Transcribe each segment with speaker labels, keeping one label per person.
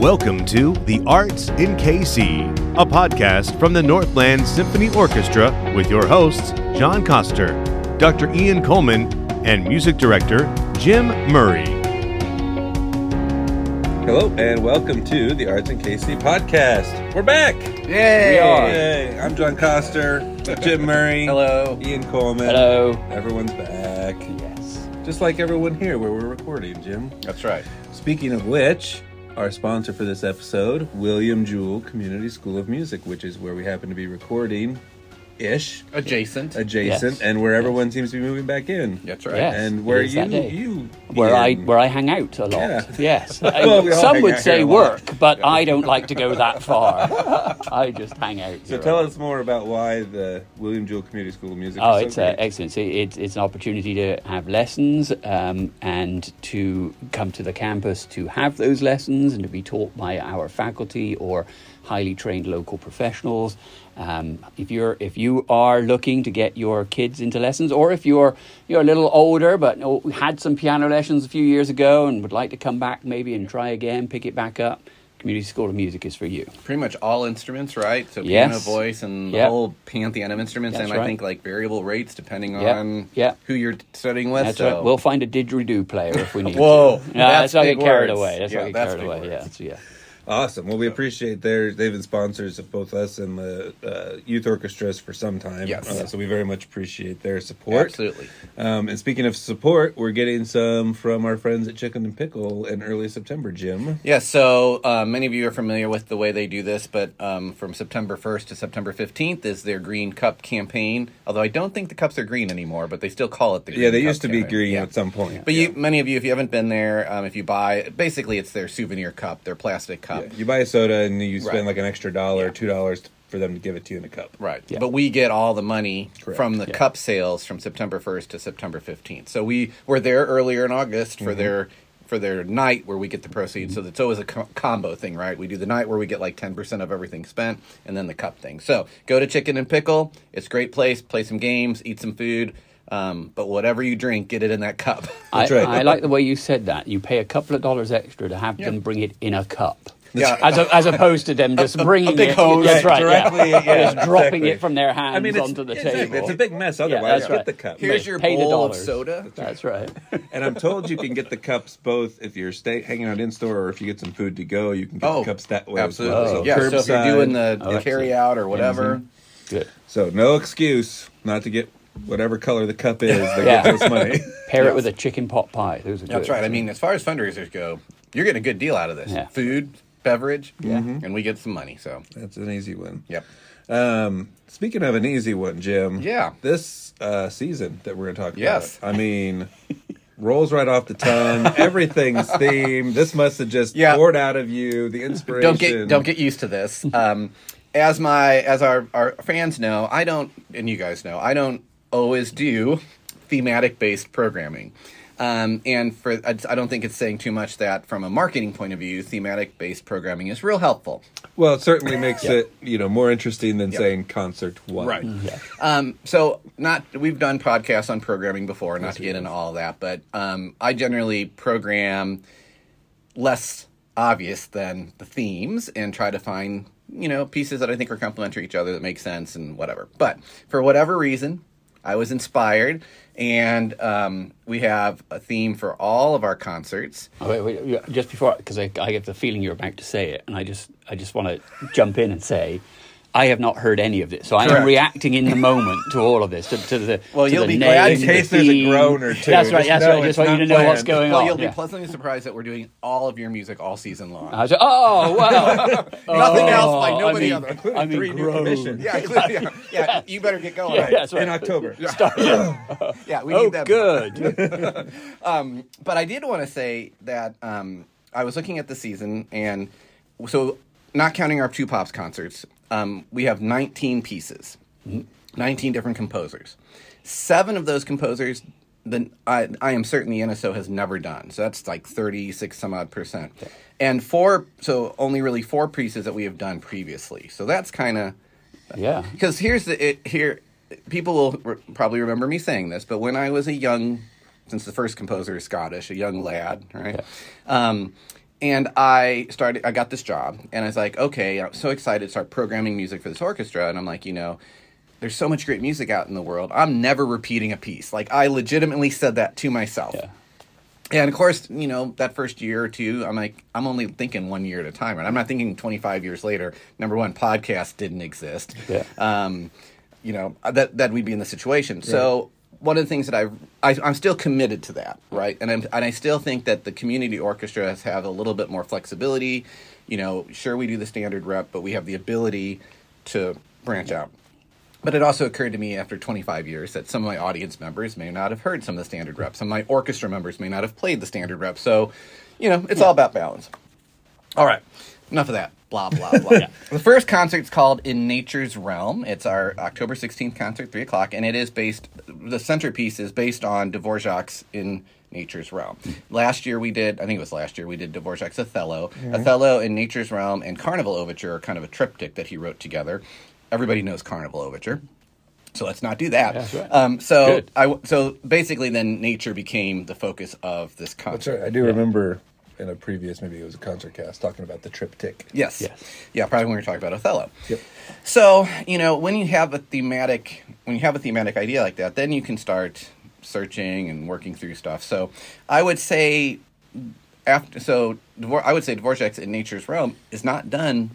Speaker 1: Welcome to The Arts in KC, a podcast from the Northland Symphony Orchestra with your hosts, John Coster, Dr. Ian Coleman, and music director, Jim Murray.
Speaker 2: Hello and welcome to the Arts and KC podcast. We're back.
Speaker 3: Yay!
Speaker 2: Yay. I'm John Coster, Jim Murray,
Speaker 3: Hello.
Speaker 2: Ian Coleman.
Speaker 3: Hello.
Speaker 2: Everyone's back.
Speaker 3: Yes.
Speaker 2: Just like everyone here where we're recording, Jim.
Speaker 3: That's right.
Speaker 2: Speaking of which, our sponsor for this episode, William Jewell Community School of Music, which is where we happen to be recording ish,
Speaker 3: Adjacent.
Speaker 2: adjacent,
Speaker 4: Yes.
Speaker 2: and where everyone seems to be moving back in.
Speaker 3: That's right.
Speaker 4: Yes.
Speaker 2: And
Speaker 4: it
Speaker 2: where
Speaker 4: is
Speaker 2: you
Speaker 4: that day.
Speaker 2: you
Speaker 4: where I
Speaker 2: Ian,
Speaker 4: where I hang out a lot.
Speaker 2: Yeah.
Speaker 4: Yes,
Speaker 2: Well, we all
Speaker 4: some
Speaker 2: hang
Speaker 4: would
Speaker 2: out
Speaker 4: say
Speaker 2: here a lot.
Speaker 4: work, but I don't like to go that far. I just hang out.
Speaker 2: So
Speaker 4: here.
Speaker 2: tell us more about why the William Jewell Community School of Music.
Speaker 4: Oh,
Speaker 2: is so
Speaker 4: it's uh,
Speaker 2: great.
Speaker 4: excellent. See, It's, it's an opportunity to have lessons um, and to come to the campus to have those lessons and to be taught by our faculty or highly trained local professionals. Um, if you're if you are looking to get your kids into lessons, or if you're you're a little older but oh, had some piano lessons a few years ago and would like to come back maybe and try again, pick it back up, Community School of Music is for you.
Speaker 3: Pretty much all instruments, right? So piano,
Speaker 4: Yes.
Speaker 3: voice, and the
Speaker 4: Yep.
Speaker 3: whole pantheon of instruments,
Speaker 4: That's
Speaker 3: and I
Speaker 4: right.
Speaker 3: think like variable rates depending
Speaker 4: Yep.
Speaker 3: on
Speaker 4: Yep.
Speaker 3: who you're studying with.
Speaker 4: That's
Speaker 3: so.
Speaker 4: right. We'll find a didgeridoo player if we need.
Speaker 3: Whoa,
Speaker 4: to. no,
Speaker 3: that's
Speaker 4: that's not
Speaker 3: big
Speaker 4: get carried
Speaker 3: words.
Speaker 4: away. That's
Speaker 3: Yeah,
Speaker 4: not get
Speaker 3: that's
Speaker 4: carried
Speaker 3: big
Speaker 4: away.
Speaker 3: words.
Speaker 4: Yeah, it's- yeah.
Speaker 2: Awesome. Well, we appreciate their they've been sponsors of both us and the uh, youth orchestras for some time.
Speaker 3: Yes.
Speaker 2: Uh, so we very much appreciate their support.
Speaker 3: Absolutely.
Speaker 2: Um, and speaking of support, we're getting some from our friends at Chicken and Pickle in early September. Jim.
Speaker 3: Yeah, so uh, many of you are familiar with the way they do this, but um, from September 1st to September 15th is their Green Cup campaign. Although I don't think the cups are green anymore, but they still call it the Green
Speaker 2: Yeah, they
Speaker 3: Cup
Speaker 2: used to be
Speaker 3: campaign.
Speaker 2: green
Speaker 3: Yeah.
Speaker 2: at some point.
Speaker 3: But you, many of you, if you haven't been there, um, if you buy, basically it's their souvenir cup, their plastic cup.
Speaker 2: You buy a soda and you spend
Speaker 3: Right.
Speaker 2: like an extra dollar, two dollars for them to give it to you in a cup.
Speaker 3: Right.
Speaker 4: Yeah.
Speaker 3: But we get all the money
Speaker 2: Correct.
Speaker 3: from the cup sales from September 1st to September 15th. So we were there earlier in August
Speaker 4: Mm-hmm.
Speaker 3: for their for their night where we get the proceeds. So it's always a co- combo thing, right? We do the night where we get like 10% of everything spent and then the cup thing. So go to Chicken and Pickle. It's a great place. Play some games, eat some food. Um, but whatever you drink, get it in that cup.
Speaker 4: I,
Speaker 2: right.
Speaker 4: I like the way you said that. You pay a couple of dollars extra to have
Speaker 3: Yeah.
Speaker 4: them bring it in a cup.
Speaker 3: Yeah.
Speaker 4: As, a, as opposed to them just bringing
Speaker 3: big
Speaker 4: it
Speaker 3: hose.
Speaker 4: that's
Speaker 3: Yeah,
Speaker 4: right, yeah.
Speaker 2: directly, yeah,
Speaker 4: just dropping
Speaker 2: exactly.
Speaker 4: it from their hands
Speaker 2: I mean, it's,
Speaker 4: onto the
Speaker 2: yeah,
Speaker 4: table.
Speaker 2: exactly. it's a big mess. Otherwise,
Speaker 4: that's
Speaker 2: get
Speaker 4: right.
Speaker 2: the cup.
Speaker 3: Here's
Speaker 4: Mate,
Speaker 3: your
Speaker 4: pay the
Speaker 3: bowl of
Speaker 4: dollars.
Speaker 3: soda.
Speaker 4: That's right.
Speaker 2: And I'm told you can get the cups both if you're stay, hanging out in store or if you get some food to go, you can get the cups that way. as
Speaker 3: Oh, Absolutely.
Speaker 2: well.
Speaker 4: Oh.
Speaker 3: yeah, so if you're
Speaker 2: curbside.
Speaker 3: doing the, the
Speaker 4: excellent.
Speaker 3: carry out or whatever.
Speaker 4: Good.
Speaker 2: So no excuse not to get whatever color the cup is that
Speaker 4: Yeah.
Speaker 2: gets us money.
Speaker 4: Pair it with a chicken pot pie. Those are good.
Speaker 3: That's right. I mean, as far as fundraisers go, you're getting a good deal out of this.
Speaker 4: Yeah.
Speaker 3: Food, beverage, and we get some money. So,
Speaker 2: That's an easy one.
Speaker 3: yep.
Speaker 2: Um, speaking of an easy one, Jim.
Speaker 3: Yeah.
Speaker 2: This uh, season that we're going to talk
Speaker 3: Yes.
Speaker 2: about. I mean, rolls right off the tongue. Everything's themed. This must have just
Speaker 3: Yeah.
Speaker 2: poured out of you the inspiration.
Speaker 3: Don't get don't get used to this. Um, as my as our our fans know, I don't, and you guys know, I don't always do thematic based programming. Um, and for I I don't think it's saying too much that from a marketing point of view, thematic based programming is real helpful.
Speaker 2: Well, it certainly makes it you know more interesting than
Speaker 3: Yeah.
Speaker 2: saying concert one.
Speaker 3: Right. Um, so not we've done podcasts on programming before, not to get into all that, but um, I generally program less obvious than the themes and try to find you know pieces that I think are complementary to each other that make sense and whatever. But for whatever reason, I was inspired, and um, we have a theme for all of our concerts.
Speaker 4: Oh, wait, wait, yeah, just before, because I, I have the feeling you're about to say it, and I just, I just want to jump in and say, I have not heard any of this, so I
Speaker 3: Correct.
Speaker 4: am reacting in the moment to all of this. To, to the
Speaker 3: Well,
Speaker 4: to
Speaker 3: you'll
Speaker 4: the
Speaker 3: be
Speaker 4: name,
Speaker 3: glad in
Speaker 4: the
Speaker 2: case there's a
Speaker 4: theme.
Speaker 2: groan or two.
Speaker 4: That's right.
Speaker 2: Just
Speaker 4: That's
Speaker 2: know
Speaker 4: right. I
Speaker 2: it's
Speaker 4: just want you to
Speaker 2: not
Speaker 4: know what's
Speaker 2: planned.
Speaker 4: going
Speaker 3: Well,
Speaker 4: on.
Speaker 3: you'll be
Speaker 4: Oh, yeah.
Speaker 3: pleasantly surprised that we're doing all of your music all season long.
Speaker 4: I was like, oh wow!
Speaker 3: Nothing else by
Speaker 4: Oh,
Speaker 3: nobody
Speaker 4: I mean,
Speaker 3: other.
Speaker 2: Including
Speaker 4: I mean,
Speaker 2: three new
Speaker 4: groan.
Speaker 2: commissions.
Speaker 3: Yeah, including- yeah, yeah, you better get going.
Speaker 4: Yeah, that's right.
Speaker 2: in October.
Speaker 3: Yeah, we
Speaker 4: Oh,
Speaker 3: need that.
Speaker 4: good.
Speaker 3: Um, but I did want to say that um, I was looking at the season, and so not counting our two pops concerts, um, we have 19 pieces, 19 different composers. Seven of those composers, the I, I am certain the NSO has never done. So that's like 36 some odd percent, and four. So only really four pieces that we have done previously. So that's kind of
Speaker 4: yeah.
Speaker 3: because here's the it, here people will re- probably remember me saying this but when i was a young since the first composer is scottish a young lad right um, and I started. I got this job, and I was like, okay, I was so excited to start programming music for this orchestra, and I'm like, you know, there's so much great music out in the world. I'm never repeating a piece. Like I legitimately said that to myself.
Speaker 4: Yeah.
Speaker 3: And of course, you know, that first year or two, I'm like, I'm only thinking one year at a time, and I'm not thinking 25 years later. Number one, podcasts didn't exist.
Speaker 4: Yeah.
Speaker 3: Um, you know, that that we'd be in the situation. So one of the things that I've, I, I'm still committed to that, right? And I'm, and I still think that the community orchestras have a little bit more flexibility. You know, sure we do the standard rep, but we have the ability to branch out. But it also occurred to me after 25 years that some of my audience members may not have heard some of the standard reps. Some of my orchestra members may not have played the standard rep. So, you know, it's all about balance. All right, enough of that. Blah, blah, blah. The first concert's called In Nature's Realm. It's our October 16th concert, 3 o'clock, and it is based, the centerpiece is based on Dvorak's In Nature's Realm. Last year we did, I think it was last year, we did Dvorak's Othello. Othello and Nature's Realm and Carnival Overture are kind of a triptych that he wrote together. Everybody knows Carnival Overture. So let's not do that.
Speaker 4: That's right.
Speaker 3: um, so
Speaker 4: Good.
Speaker 3: I w- so basically, then nature became the focus of this concert.
Speaker 2: That's right. I do remember in a previous, maybe it was a concert cast, talking about the triptych.
Speaker 3: Yes.
Speaker 4: Yes.
Speaker 3: Yeah, probably when we were talking about Othello.
Speaker 2: Yep.
Speaker 3: So, you know, when you have a thematic when you have a thematic idea like that, then you can start searching and working through stuff. So, I would say after so Dvor- I would say Dvorak's in Nature's Realm is not done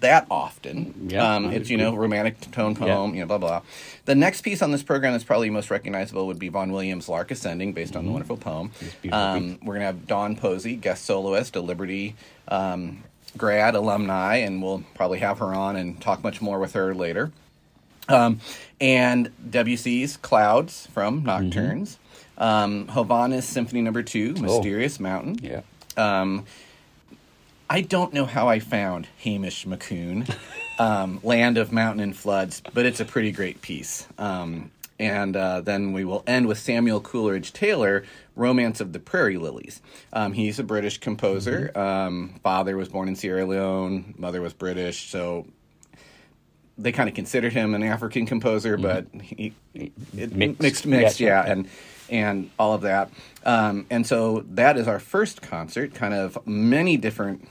Speaker 3: that often.
Speaker 4: Yeah,
Speaker 3: um,
Speaker 4: I
Speaker 3: it's you know romantic tone poem, you know blah blah. The next piece on this program that's probably most recognizable would be Vaughn Williams' Lark Ascending, based on the wonderful poem.
Speaker 4: beautiful
Speaker 3: Um, we're gonna have Don Posey, guest soloist, a Liberty um, grad alumni, and we'll probably have her on and talk much more with her later. Um, and WC's Clouds from Nocturnes. Um, Hovanna's Symphony Number Two, Mysterious Mountain.
Speaker 4: Yeah.
Speaker 3: Um, I don't know how I found Hamish McCoon, um, Land of Mountain and Floods, but it's a pretty great piece. Um, and uh, then we will end with Samuel Coleridge Taylor, Romance of the Prairie Lilies. Um, he's a British composer. Um, father was born in Sierra Leone, mother was British, so they kind of considered him an African composer, but he, he- it,
Speaker 4: Mixed.
Speaker 3: mixed, mixed, mixed
Speaker 4: Yeah,
Speaker 3: yeah, and and all of that. Um, and so that is our first concert, kind of many different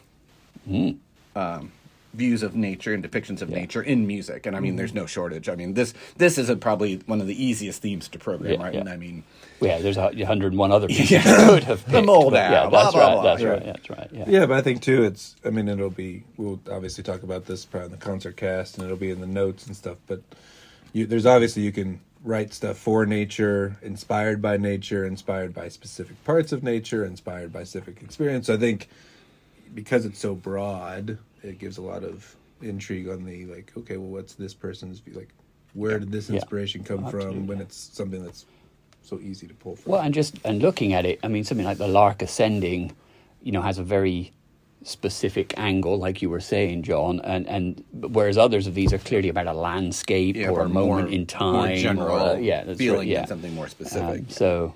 Speaker 3: um, views of nature and depictions of nature in music. And I mean,
Speaker 4: Mm-hmm.
Speaker 3: there's no shortage. I mean, this this is a, probably one of the easiest themes to program,
Speaker 4: Yeah,
Speaker 3: right?
Speaker 4: yeah.
Speaker 3: And I mean,
Speaker 4: Yeah, there's a hu- 101 other pieces you could have picked.
Speaker 3: mold
Speaker 4: but Yeah,
Speaker 3: out, blah,
Speaker 4: that's
Speaker 3: blah,
Speaker 4: right.
Speaker 3: blah,
Speaker 4: that's
Speaker 3: yeah.
Speaker 4: right. That's right. Yeah.
Speaker 2: Yeah, but I think too, it's. I mean, it'll be. We'll obviously talk about this probably in the concert cast, and it'll be in the notes and stuff. But you, there's obviously you can write stuff for nature, inspired by nature, inspired by specific parts of nature, inspired by civic experience. So I think because it's so broad, it gives a lot of intrigue on the like. Okay, well, what's this person's view? Like, where did this inspiration come from? When it's something that's so easy to pull from.
Speaker 4: Well, and just and looking at it, I mean, something like the lark ascending, you know, has a very specific angle, like you were saying, John, and and whereas others of these are clearly about a landscape
Speaker 3: yeah,
Speaker 4: or a moment in time,
Speaker 3: more
Speaker 4: or a-
Speaker 3: general
Speaker 4: yeah, that's
Speaker 3: feeling
Speaker 4: right, yeah.
Speaker 3: and something more specific.
Speaker 4: Um, so,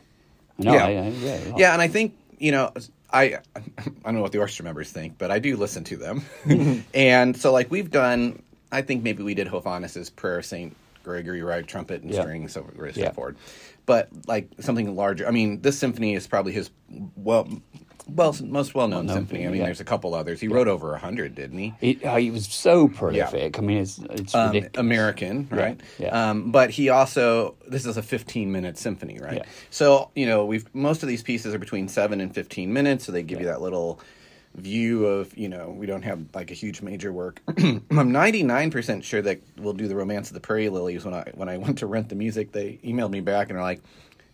Speaker 4: no,
Speaker 3: Yeah.
Speaker 4: I, I, yeah,
Speaker 3: Yeah, and I think you know, I I don't know what the orchestra members think, but I do listen to them, and so like we've done, I think maybe we did Hovannis's Prayer of Saint Gregory, right? Trumpet and
Speaker 4: Yeah.
Speaker 3: strings over very
Speaker 4: Yeah.
Speaker 3: straightforward, but like something larger. I mean, this symphony is probably his well, well, most well-known symphony. I mean,
Speaker 4: yeah.
Speaker 3: there's a couple others. He wrote over a hundred, didn't he?
Speaker 4: It, uh, he was so prolific. I mean, it's it's
Speaker 3: um,
Speaker 4: ridiculous.
Speaker 3: American, right?
Speaker 4: yeah.
Speaker 3: Um, but he also this is a 15 minute symphony, right?
Speaker 4: Yeah.
Speaker 3: So you know we've most of these pieces are between seven and 15 minutes, so they give you that little view of you know we don't have like a huge major work. I'm 99% sure that we'll do the Romance of the Prairie Lilies when I when I went to rent the music. They emailed me back and are like.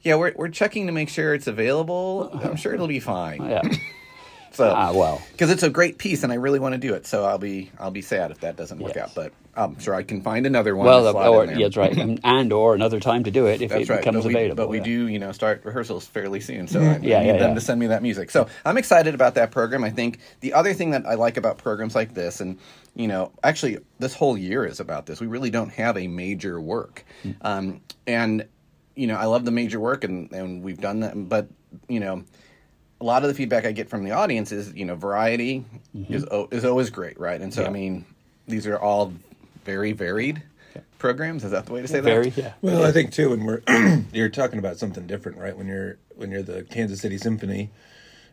Speaker 3: Yeah, we're, we're checking to make sure it's available. I'm sure it'll be fine.
Speaker 4: Yeah.
Speaker 3: So,
Speaker 4: Ah, well.
Speaker 3: because it's a great piece and I really want to do it. So I'll be I'll be sad if that doesn't work
Speaker 4: Yes.
Speaker 3: out. But I'm sure I can find another one.
Speaker 4: Well,
Speaker 3: to slot
Speaker 4: or,
Speaker 3: in there.
Speaker 4: yeah, that's right, and, and or another time to do it if
Speaker 3: That's
Speaker 4: it
Speaker 3: right.
Speaker 4: becomes
Speaker 3: but we,
Speaker 4: available.
Speaker 3: but we
Speaker 4: yeah. Mm-hmm.
Speaker 3: do, you know, start rehearsals fairly soon. So I, I
Speaker 4: Yeah,
Speaker 3: need
Speaker 4: yeah,
Speaker 3: them
Speaker 4: yeah.
Speaker 3: to send me that music. So I'm excited about that program. I think the other thing that I like about programs like this, and you know, actually this whole year is about this. We really don't have a major work,
Speaker 4: Mm.
Speaker 3: um, and you know, I love the major work, and and we've done that. But you know, a lot of the feedback I get from the audience is, you know, variety
Speaker 4: Mm-hmm.
Speaker 3: is o- is always great, right? And so I mean, these are all very varied. Programs is that the way to say
Speaker 4: very
Speaker 3: that?
Speaker 4: yeah.
Speaker 2: Well, I think too, when we're you're talking about something different, right? When you're when you're the Kansas City Symphony,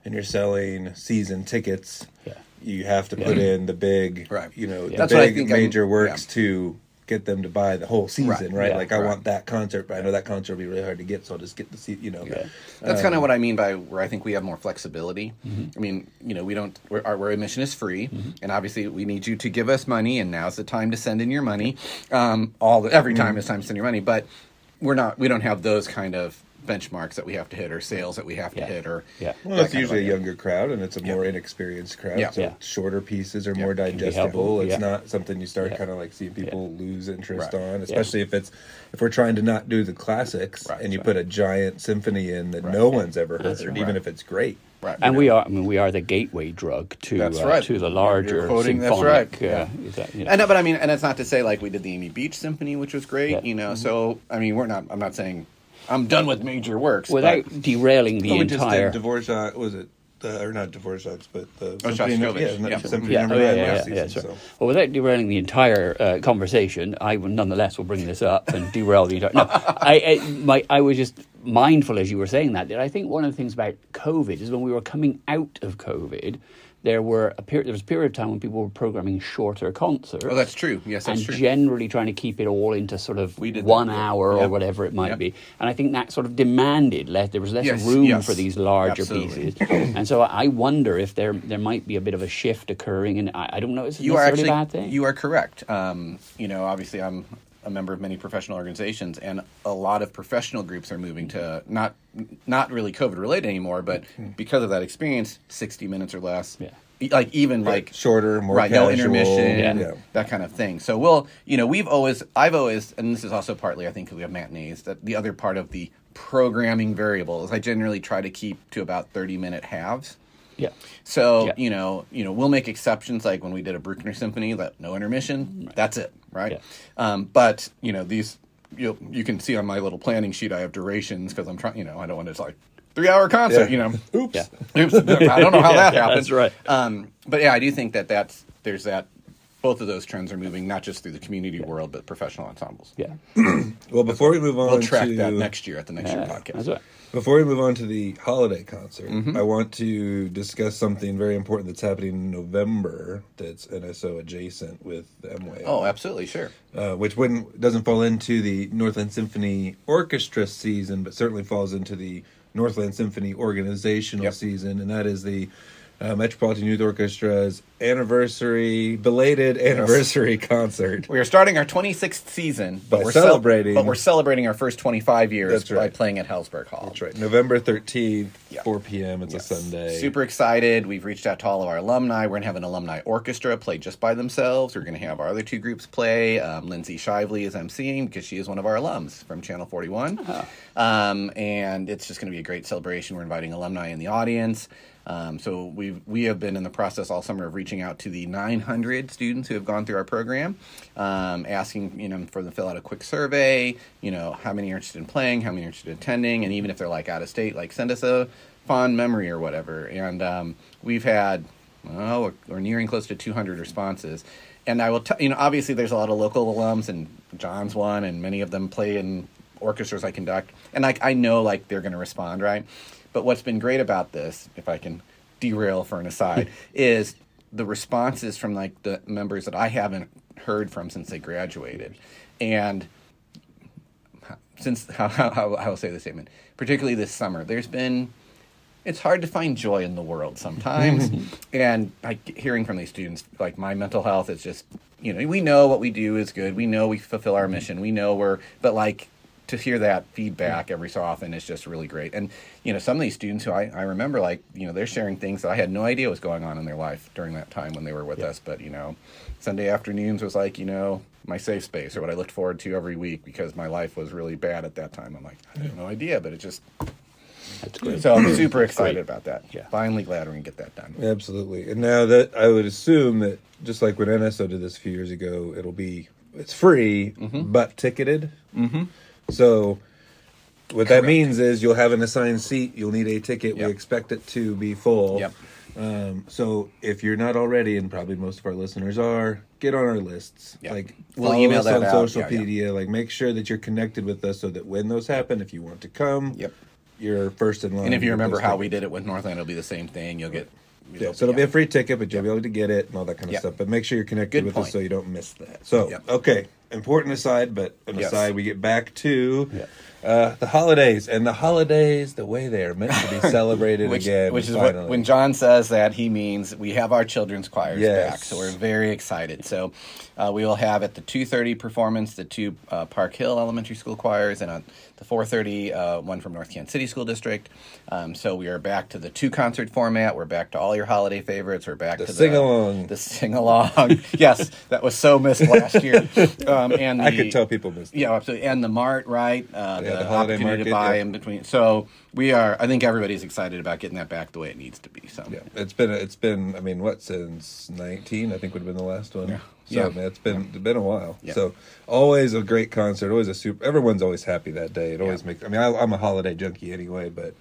Speaker 2: and you're selling season tickets,
Speaker 4: Yeah.
Speaker 2: you have to put in the big,
Speaker 3: Right.
Speaker 2: you know, the
Speaker 3: That's
Speaker 2: big
Speaker 3: what I think I'm-
Speaker 2: major works
Speaker 3: yeah.
Speaker 2: to get them to buy the whole season, right?
Speaker 4: Yeah,
Speaker 2: like I
Speaker 3: right.
Speaker 2: want that concert, but I know that concert will be really hard to get, so I'll just get the seat, you know.
Speaker 4: Yeah.
Speaker 3: That's
Speaker 4: Um,
Speaker 3: kind of what I mean by where I think we have more flexibility.
Speaker 4: Mm-hmm.
Speaker 3: I mean, you know, we don't, we're, our, our admission is free, and obviously we need you to give us money, and now's the time to send in your money. Um, all the, every time is time to send your money, but we're not, we don't have those kind of benchmarks that we have to hit or sales that we have
Speaker 4: Yeah.
Speaker 3: to hit or
Speaker 4: Yeah.
Speaker 2: Well,
Speaker 3: that
Speaker 2: it's
Speaker 3: kind of
Speaker 2: usually a
Speaker 3: idea.
Speaker 2: younger crowd, and it's a more inexperienced crowd.
Speaker 3: Yeah.
Speaker 2: So
Speaker 4: Yeah.
Speaker 2: shorter pieces are more
Speaker 4: be helpful,
Speaker 2: digestible. It's
Speaker 4: yeah.
Speaker 2: not something you start
Speaker 4: Yeah.
Speaker 2: kind of like seeing people lose interest
Speaker 3: Right.
Speaker 2: on, especially if it's if we're trying to not do the classics
Speaker 3: Right,
Speaker 2: and you
Speaker 3: right.
Speaker 2: put a giant symphony in that no one's ever heard, even
Speaker 3: right.
Speaker 2: if it's great.
Speaker 3: right.
Speaker 4: And we are, I mean, we are the gateway drug to
Speaker 3: That's
Speaker 4: uh,
Speaker 3: right.
Speaker 4: to the
Speaker 3: You're
Speaker 4: larger
Speaker 3: quoting- that's
Speaker 4: symphonic.
Speaker 3: right.
Speaker 4: Uh,
Speaker 3: Yeah.
Speaker 4: is that, you know,
Speaker 3: And uh, but I mean, and it's not to say like we did the Amy Beach Symphony, which was great,
Speaker 4: Yeah. Mm-hmm.
Speaker 3: you know. So I mean, we're not. I'm not saying I'm done with major works.
Speaker 4: without
Speaker 3: but-
Speaker 4: derailing the
Speaker 2: Oh, we
Speaker 4: entire.
Speaker 2: just did Dvorak, was it? Uh, or not Dvorak's, but the
Speaker 3: Oh,
Speaker 2: Symphony no-
Speaker 3: Shostakovich.
Speaker 2: yeah, no-
Speaker 3: Yeah.
Speaker 2: Symphony
Speaker 4: yeah,
Speaker 2: number
Speaker 4: oh, yeah,
Speaker 2: nine
Speaker 4: yeah,
Speaker 2: last
Speaker 4: yeah,
Speaker 2: season.
Speaker 4: that's right.
Speaker 2: so.
Speaker 4: Well, without derailing the entire uh, conversation, I will nonetheless will bring this up and derail the entire. No, I, I, my, I was just mindful as you were saying that that I think one of the things about COVID is when we were coming out of COVID, there were a period. There was a period of time when people were programming shorter concerts.
Speaker 3: Oh, that's true. Yes, that's
Speaker 4: and
Speaker 3: true.
Speaker 4: generally trying to keep it all into sort of
Speaker 3: We did
Speaker 4: one
Speaker 3: that, yeah.
Speaker 4: hour or
Speaker 3: Yep.
Speaker 4: whatever it might
Speaker 3: Yep.
Speaker 4: be. And I think that sort of demanded less. There was less
Speaker 3: Yes,
Speaker 4: room
Speaker 3: yes.
Speaker 4: for these larger
Speaker 3: Absolutely.
Speaker 4: pieces, and so I I wonder if there there might be a bit of a shift occurring. And I, I don't know. It's
Speaker 3: you are actually
Speaker 4: necessarily a bad thing.
Speaker 3: you are correct. Um, you know, obviously, I'm a member of many professional organizations, and a lot of professional groups are moving to not not really COVID related anymore, but because of that experience, sixty minutes or less.
Speaker 4: Yeah.
Speaker 3: E- Like even like
Speaker 2: Shorter, more
Speaker 3: right, no
Speaker 2: casual.
Speaker 3: intermission,
Speaker 4: Yeah.
Speaker 2: Yeah.
Speaker 3: that kind of thing. So we'll, you know, we've always, I've always, and this is also partly, I think, 'cause we have matinees. That the other part of the programming variable is I generally try to keep to about thirty minute halves.
Speaker 4: yeah.
Speaker 3: So
Speaker 4: Yeah.
Speaker 3: you know, you know, we'll make exceptions like when we did a Bruckner symphony, that no intermission, that's it, right?
Speaker 4: Yeah.
Speaker 3: Um, but you know, these you you can see on my little planning sheet, I have durations because I'm trying. You know, I don't want to like three hour
Speaker 2: Yeah.
Speaker 3: concert. You know,
Speaker 2: Oops.
Speaker 4: Yeah.
Speaker 3: Oops, I don't know how that
Speaker 4: Yeah,
Speaker 3: happened.
Speaker 4: that's right.
Speaker 3: Um, but yeah, I do think that that's there's that. Both of those trends are moving not just through the community world, but professional ensembles.
Speaker 4: Yeah.
Speaker 2: Well, before we move on
Speaker 3: We'll track
Speaker 2: to
Speaker 3: that next year at the next year
Speaker 4: Yeah.
Speaker 3: podcast.
Speaker 4: That's right.
Speaker 2: Before we move on to the holiday concert,
Speaker 3: Mm-hmm.
Speaker 2: I want to discuss something very important that's happening in November that's NSO adjacent with MWAL.
Speaker 3: Oh, absolutely, sure.
Speaker 2: uh, which wouldn't doesn't fall into the Northland Symphony Orchestra season, but certainly falls into the Northland Symphony organizational
Speaker 3: Yep.
Speaker 2: season, and that is the uh, Metropolitan Youth Orchestra's anniversary, belated anniversary concert.
Speaker 3: We are starting our 26th season, but
Speaker 2: By
Speaker 3: we're cel-
Speaker 2: celebrating-
Speaker 3: but we're celebrating our first 25 years
Speaker 2: That's
Speaker 3: by
Speaker 2: right.
Speaker 3: playing at Hellsberg Hall.
Speaker 2: That's right, November thirteenth,
Speaker 3: Yeah.
Speaker 2: four p.m. It's a Sunday.
Speaker 3: Super excited. We've reached out to all of our alumni. We're going to have an alumni orchestra play just by themselves. We're going to have our other two groups play. Um, Lindsay Shively is emceeing because she is one of our alums from Channel 41. Um, and it's just going to be a great celebration. We're inviting alumni in the audience. Um, so we we have been in the process all summer of reaching out to the 900 students who have gone through our program, um, asking you know for them to fill out a quick survey. You know how many are interested in playing, how many are interested in attending, and even if they're like out of state, like send us a fond memory or whatever. And um, we've had, oh, we're, we're nearing close to 200 responses. And I will tell you know, obviously, there's a lot of local alums, and John's one, and many of them play in orchestras I conduct. And like, I know like they're going to respond, right? But what's been great about this, if I can derail for an aside, is the responses from like the members that I haven't heard from since they graduated. And since how, how, how I will say the statement, particularly this summer, there's been it's hard to find joy in the world sometimes, and like hearing from these students, like my mental health is just you know we know what we do is good, we know we fulfill our mission, we know we're but like to hear that feedback every so often is just really great, and you know some of these students who I, I remember like you know they're sharing things that I had no idea was going on in their life during that time when they were with us, but you know Sunday afternoons was like you know my safe space or what I looked forward to every week because my life was really bad at that time. I'm like, I have no idea, but it just
Speaker 4: That's great.
Speaker 3: so I'm super excited about that.
Speaker 4: Yeah.
Speaker 3: Finally glad we're gonna get that done.
Speaker 2: Absolutely. And now that I would assume that just like when NSO did this a few years ago, it'll be it's free but ticketed. Mm-hmm. So what that means is you'll have an assigned seat. You'll need a ticket.
Speaker 3: Yep.
Speaker 2: We expect it to be full.
Speaker 3: Yep.
Speaker 2: Um, so if you're not already, and probably most of our listeners are, get on our lists.
Speaker 3: Yeah.
Speaker 2: Like
Speaker 3: We'll
Speaker 2: follow
Speaker 3: email
Speaker 2: us
Speaker 3: that
Speaker 2: on
Speaker 3: out.
Speaker 2: social
Speaker 3: Yeah, yeah.
Speaker 2: media. Like make sure that you're connected with us so that when those happen, if you want to come,
Speaker 3: Yep.
Speaker 2: you're first in line.
Speaker 3: And if you
Speaker 2: with
Speaker 3: remember
Speaker 2: those
Speaker 3: how
Speaker 2: tickets.
Speaker 3: we did it with Northland, it'll be the same thing. You'll get.
Speaker 2: Yeah, so it'll be a free ticket, but you'll be able to get it and all that kind of
Speaker 3: Yeah.
Speaker 2: stuff. But make sure you're connected
Speaker 3: Good
Speaker 2: with
Speaker 3: point.
Speaker 2: us so you don't miss that. So
Speaker 3: Yep.
Speaker 2: okay, important aside, but an
Speaker 3: Yes.
Speaker 2: aside, we get back to uh, the holidays and the holidays, the way they are meant to be celebrated
Speaker 3: Which,
Speaker 2: again.
Speaker 3: which is
Speaker 2: finally.
Speaker 3: what, when John says that, he means we have our children's choirs
Speaker 2: Yes.
Speaker 3: back. So we're very excited. So uh, we will have at the 2.30 performance the two uh, Park Hill Elementary School choirs and on the 4.30 uh, one from North Kansas City School District. Um, so we are back to the two concert format. We're back to all your holiday favorites. We're back to the
Speaker 2: sing-along.
Speaker 3: The sing along. yes, that was so missed last year. Um, and
Speaker 2: I
Speaker 3: the-
Speaker 2: could tell people missed. it.
Speaker 3: Yeah, absolutely. And the mart, right? Uh,
Speaker 2: Yeah,
Speaker 3: the,
Speaker 2: the holiday
Speaker 3: opportunity
Speaker 2: market,
Speaker 3: to buy
Speaker 2: yeah.
Speaker 3: in between. So we are. I think everybody's excited about getting that back the way it needs to be. So
Speaker 2: Yeah, it's been it's been I mean what since nineteen I think would have been the last one. Yeah, so
Speaker 3: Yeah.
Speaker 2: I mean, it's been it's been a while.
Speaker 3: Yeah.
Speaker 2: So always a great concert, always a super. Everyone's always happy that day. It always
Speaker 3: Yeah.
Speaker 2: makes. I mean, I, I'm a holiday junkie anyway, but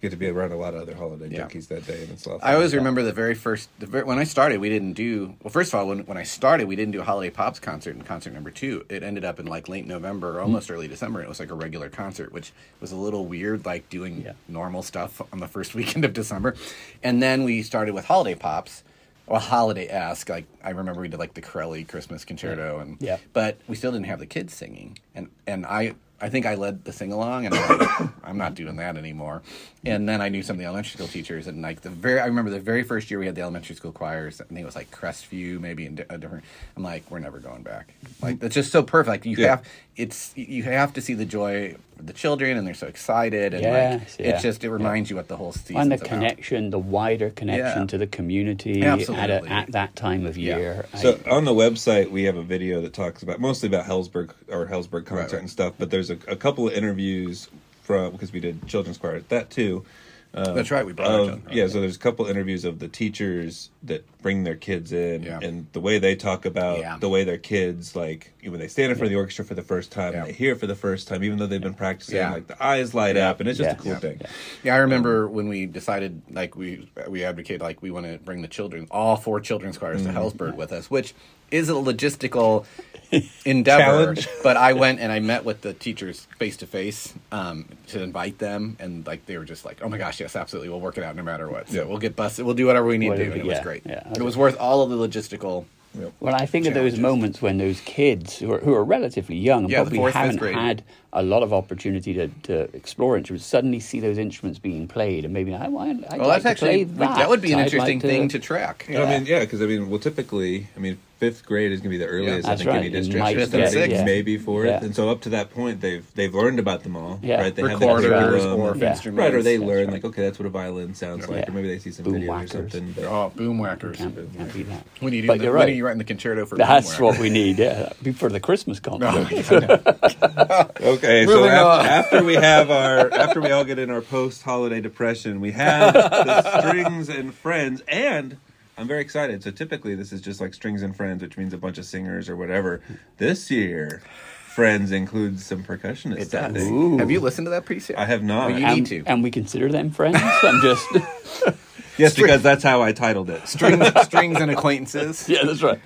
Speaker 2: get to be around a lot of other holiday
Speaker 3: Yeah.
Speaker 2: junkies that day, and it's a lot. Of
Speaker 3: I always
Speaker 2: fun.
Speaker 3: remember the very first. The very, when I started, we didn't do. Well, first of all, when when I started, we didn't do a holiday pops concert in concert number two. It ended up in like late November or almost early December. and It was like a regular concert, which was a little weird, like doing
Speaker 4: Yeah.
Speaker 3: normal stuff on the first weekend of December. And then we started with holiday pops. Well, holiday esque. Like I remember, we did like the Corelli Christmas Concerto, and
Speaker 4: Yeah.
Speaker 3: but we still didn't have the kids singing, and and I I think I led the sing along, and I'm, like, I'm not doing that anymore. And then I knew some of the elementary school teachers, and like the very I remember the very first year we had the elementary school choirs, I think it was like Crestview, maybe in di- a different. I'm like, we're never going back. Like that's just so perfect. Like you
Speaker 2: Yeah.
Speaker 3: have it's you have to see the joy of the children, and they're so excited, and
Speaker 4: Yes,
Speaker 3: like
Speaker 4: yeah.
Speaker 3: it just it reminds you what the whole season.
Speaker 4: and the connection, the wider connection
Speaker 3: Yeah.
Speaker 4: to the community at,
Speaker 3: Absolutely.
Speaker 4: a, at that time of
Speaker 3: Yeah.
Speaker 4: year. I-
Speaker 2: So on the website, we have a video that talks about mostly about Hellsburg or Hellsburg concert
Speaker 3: right.
Speaker 2: and stuff. But there's a, a couple of interviews from because we did children's choir at that too.
Speaker 3: That's right. We brought our
Speaker 2: of,
Speaker 3: children.
Speaker 2: Oh, yeah, so there's a couple interviews of the teachers that bring their kids in
Speaker 3: Yeah.
Speaker 2: and the way they talk about
Speaker 3: Yeah.
Speaker 2: the way their kids like when they stand in front of the orchestra for the first time
Speaker 3: Yeah.
Speaker 2: and they hear it for the first time, even though they've been practicing,
Speaker 3: Yeah.
Speaker 2: like the eyes light up and it's just
Speaker 4: Yeah.
Speaker 2: a cool
Speaker 4: Yeah.
Speaker 2: thing.
Speaker 3: Yeah, I remember when we decided, like we we advocated, like we want to bring the children, all four children's choirs
Speaker 4: Mm.
Speaker 3: to Hellsburg with us, which is a logistical endeavor.
Speaker 2: Challenge.
Speaker 3: But I went and I met with the teachers face to face um, to invite them, and like they were just like, "Oh my gosh, yes, absolutely, we'll work it out no matter what. So we'll get busted, we'll do whatever we need to." do."
Speaker 4: Whatever,
Speaker 3: And it was
Speaker 4: yeah,
Speaker 3: great.
Speaker 4: yeah.
Speaker 3: It was worth all of the logistical.
Speaker 4: Well, I think of those
Speaker 3: Challenges.
Speaker 4: moments when those kids who are, who are relatively young and
Speaker 3: Yeah, the
Speaker 4: probably
Speaker 3: fourth, fifth
Speaker 4: haven't
Speaker 3: grade.
Speaker 4: had a lot of opportunity to, to explore instruments suddenly see those instruments being played and maybe I, well, I'd I'd
Speaker 3: Well,
Speaker 4: like
Speaker 3: that's
Speaker 4: to play
Speaker 3: actually
Speaker 4: that.
Speaker 3: that. would be an
Speaker 4: I'd
Speaker 3: interesting
Speaker 4: like to,
Speaker 3: thing to track.
Speaker 2: You know, I mean, yeah, because I mean, well, typically, I mean, fifth grade is going to be the earliest I
Speaker 4: That's
Speaker 2: think
Speaker 4: right.
Speaker 2: any
Speaker 4: You
Speaker 2: district,
Speaker 4: might
Speaker 2: fifth
Speaker 3: get
Speaker 2: and
Speaker 3: it,
Speaker 2: sixth,
Speaker 3: yeah.
Speaker 2: maybe fourth,
Speaker 4: Yeah.
Speaker 2: and so up to that point, they've they've learned about them all,
Speaker 4: Yeah.
Speaker 2: right? They
Speaker 3: Recorders
Speaker 2: have that curriculum.
Speaker 3: or
Speaker 4: Yeah.
Speaker 3: instruments.
Speaker 2: Right, or they
Speaker 4: That's
Speaker 2: learn
Speaker 4: right.
Speaker 2: like, okay, that's what a violin sounds like,
Speaker 4: Yeah.
Speaker 2: or maybe they see some
Speaker 4: Boom
Speaker 2: videos
Speaker 4: whackers.
Speaker 2: or something. But,
Speaker 3: Oh, boom whackers!
Speaker 4: Can't, can't be that.
Speaker 3: We need you.
Speaker 4: But
Speaker 3: in the-
Speaker 4: you're
Speaker 3: we
Speaker 4: right.
Speaker 3: need you writing the concerto for. boom
Speaker 4: That's
Speaker 3: whackers. Oh,
Speaker 4: what we need. Yeah, That'd be for the Christmas concert.
Speaker 2: Okay, so
Speaker 3: Moving on.
Speaker 2: after, after we have our after we all get in our post holiday depression, we have the strings and friends, and I'm very excited. So typically this is just like strings and friends, which means a bunch of singers or whatever. This year, friends includes some percussionists.
Speaker 3: It
Speaker 2: I
Speaker 3: does.
Speaker 2: think.
Speaker 4: Ooh.
Speaker 3: Have you listened to that piece yet?
Speaker 2: I have not.
Speaker 3: Well, you
Speaker 4: and,
Speaker 3: need to.
Speaker 4: and we consider them friends. I'm just
Speaker 2: Yes, because that's how I titled it.
Speaker 3: strings, strings and acquaintances. Um,
Speaker 4: yeah, that's right.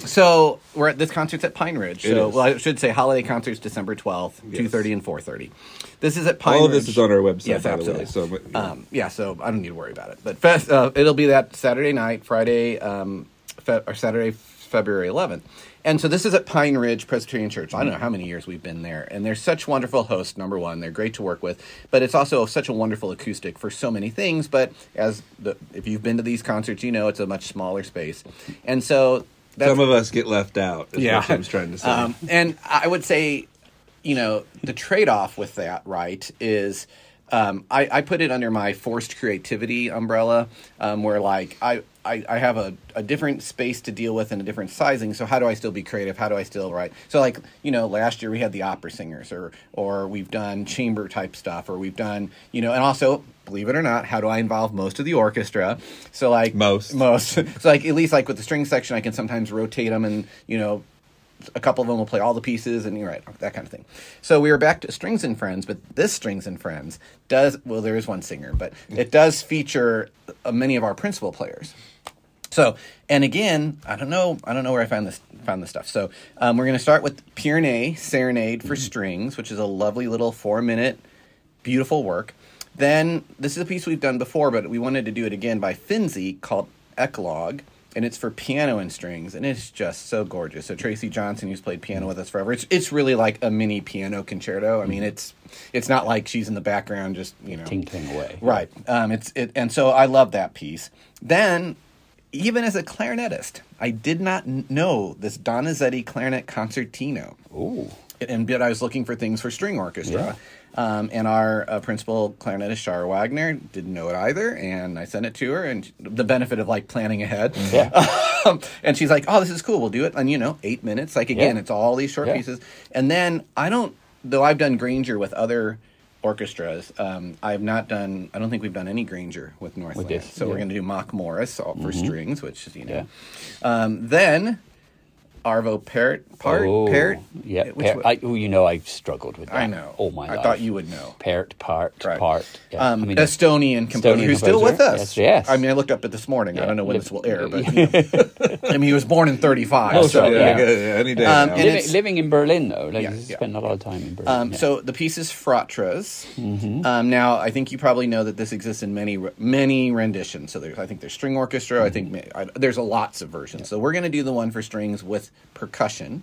Speaker 3: So we're at this concert's at Pine Ridge.
Speaker 2: It
Speaker 3: so
Speaker 2: is.
Speaker 3: well, I should say holiday concerts December twelfth, two thirty and four thirty. This is at Pine.
Speaker 2: All
Speaker 3: Ridge.
Speaker 2: of this is on our website,
Speaker 3: Yes,
Speaker 2: by
Speaker 3: absolutely.
Speaker 2: the way. So, but-
Speaker 3: Um, yeah, so I don't need to worry about it. But fest, uh, it'll be that Saturday night, Friday, um, fe- or Saturday, February 11th. And so this is at Pine Ridge Presbyterian Church. I don't know how many years we've been there, and they're such wonderful hosts. Number one, they're great to work with, but it's also such a wonderful acoustic for so many things. But as the, if you've been to these concerts, you know it's a much smaller space, and so that's
Speaker 2: some of us get left out. Is what I was trying to say.
Speaker 3: um, and I would say, you know, the trade off with that, right, is um, I, I put it under my forced creativity umbrella, um, where like I, I, I have a, a different space to deal with and a different sizing. So, how do I still be creative? How do I still write? So, like, you know, last year we had the opera singers, or, or we've done chamber type stuff, or we've done, you know, and also, believe it or not, how do I involve most of the orchestra? So, like,
Speaker 2: Most.
Speaker 3: most. so, like, at least like with the string section, I can sometimes rotate them and, you know, a couple of them will play all the pieces and you're right that kind of thing so we were back to strings and friends but this strings and friends does well there is one singer but it does feature uh, many of our principal players so, and again, I don't know, I don't know where I found this found this stuff. So, um, we're going to start with Pyrenees Serenade for Strings, which is a lovely little four minute, beautiful work. Then this is a piece we've done before, but we wanted to do it again by Finzi called Eclogue, and it's for piano and strings, and it's just so gorgeous. So Tracy Johnson, who's played piano with us forever, it's it's really like a mini piano concerto. I mean, it's it's not like she's in the background just you know
Speaker 4: tinkling away.
Speaker 3: Right. Um, it's it, and so I love that piece. Then, even as a clarinetist, I did not n- know this Donizetti clarinet concertino.
Speaker 4: Ooh.
Speaker 3: And but I was looking for things for string orchestra. Um, and our uh, principal clarinetist Shara Wagner didn't know it either, and I sent it to her. And the benefit of like planning ahead, um, and she's like, "Oh, this is cool. We'll do it." And you know, eight minutes. Like again,
Speaker 4: Yeah.
Speaker 3: it's all these short
Speaker 4: Yeah.
Speaker 3: pieces. And then I don't, though I've done Granger with other orchestras. Um, I've not done. I don't think we've done any Granger with Northland.
Speaker 4: this,
Speaker 3: so we're
Speaker 4: yeah. Mm-hmm.
Speaker 3: going to do Mock Morris all for strings, which is you know.
Speaker 4: Yeah.
Speaker 3: Um, then Arvo Pärt, Part,
Speaker 4: oh,
Speaker 3: Pärt,
Speaker 4: Yeah.
Speaker 3: which
Speaker 4: Peart.
Speaker 3: wa-
Speaker 4: I, oh, you know, I've struggled with that.
Speaker 3: I know.
Speaker 4: All my
Speaker 3: I
Speaker 4: life.
Speaker 3: thought you would know.
Speaker 4: Peart, part,
Speaker 3: Right.
Speaker 4: part. Yeah.
Speaker 3: um, Estonian composer who's still
Speaker 4: composer,
Speaker 3: with us.
Speaker 4: yes, yes.
Speaker 3: I mean, I looked up at this morning. I don't know when
Speaker 4: live-
Speaker 3: this will air, but you know. I mean, he was born in 35.
Speaker 4: Oh,
Speaker 3: so,
Speaker 4: sorry,
Speaker 3: you know.
Speaker 2: yeah,
Speaker 4: yeah.
Speaker 2: yeah, any day
Speaker 3: Um,
Speaker 2: now.
Speaker 3: and
Speaker 4: living,
Speaker 3: it's-
Speaker 4: living in Berlin though, like
Speaker 3: Yeah,
Speaker 4: you
Speaker 3: yeah.
Speaker 4: spend a lot of time in Berlin.
Speaker 3: Um,
Speaker 4: yeah. Mm-hmm.
Speaker 3: So the piece is Fratras. Um, now, I think you probably know that this exists in many many renditions. So there's, I think there's string orchestra. I think
Speaker 4: Mm-hmm.
Speaker 3: ma- I, there's a lots of versions. So we're going to do the one for strings with percussion.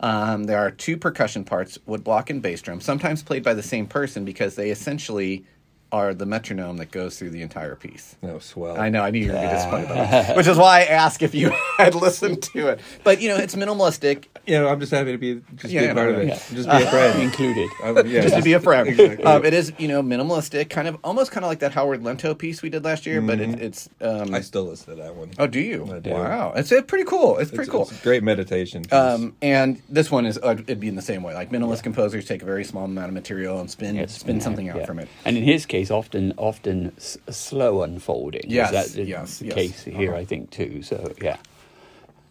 Speaker 3: Um, there are two percussion parts, woodblock and bass drum, sometimes played by the same person because they essentially are the metronome that goes through the entire piece.
Speaker 2: no swell.
Speaker 3: I know. I knew you were going to be disappointed about it, which is why I asked if you had listened to it. But you know, it's minimalistic.
Speaker 2: You know, I'm just happy to be just
Speaker 3: Yeah, Uh,
Speaker 2: be a part
Speaker 3: no,
Speaker 2: of it.
Speaker 3: no.
Speaker 2: Just be a friend.
Speaker 4: included.
Speaker 2: I'm- yeah,
Speaker 3: just to be a friend.
Speaker 2: Exactly.
Speaker 3: Um, it is, you know, minimalistic, kind of almost kind of like that Howard Lento piece we did last year, but it, it's. Um,
Speaker 2: Mm-hmm. I still listen to that one.
Speaker 3: oh, do you?
Speaker 2: I do.
Speaker 3: Wow, it's, it's pretty cool. It's pretty
Speaker 2: It's-
Speaker 3: cool.
Speaker 2: It's great meditation. piece.
Speaker 3: um, and this one is uh, it'd be in the same way. Like minimalist composers take a very small amount of material and spin
Speaker 4: Yeah,
Speaker 3: spin something out
Speaker 4: yeah.
Speaker 3: from it.
Speaker 4: And in his case, often often s- slow unfolding. Is
Speaker 3: Yes,
Speaker 4: that the
Speaker 3: yes, Uh-huh. yes.
Speaker 4: case here, I think too. So yeah,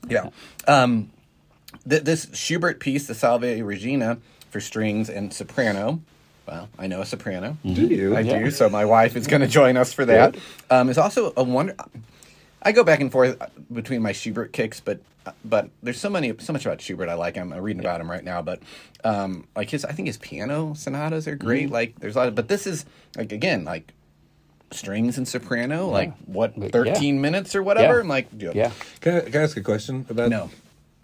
Speaker 3: Yeah. Um, th- this Schubert piece, the Salve Regina for strings and soprano. Well, I know a soprano.
Speaker 2: do you?
Speaker 3: I do. So my wife is going to join us for that.
Speaker 4: Good.
Speaker 3: Um, it's also a wonder. I go back and forth uh, between my Schubert kicks, but uh, but there's so many so much about Schubert I like. I'm reading about him right now, but um, like his I think his piano sonatas are great. Like there's a lot of, but this is like again like strings and soprano, like what
Speaker 4: But,
Speaker 3: 13 minutes or whatever.
Speaker 4: Yeah.
Speaker 3: I'm like, yeah.
Speaker 4: yeah.
Speaker 2: Can I, can I ask a question about?
Speaker 3: no.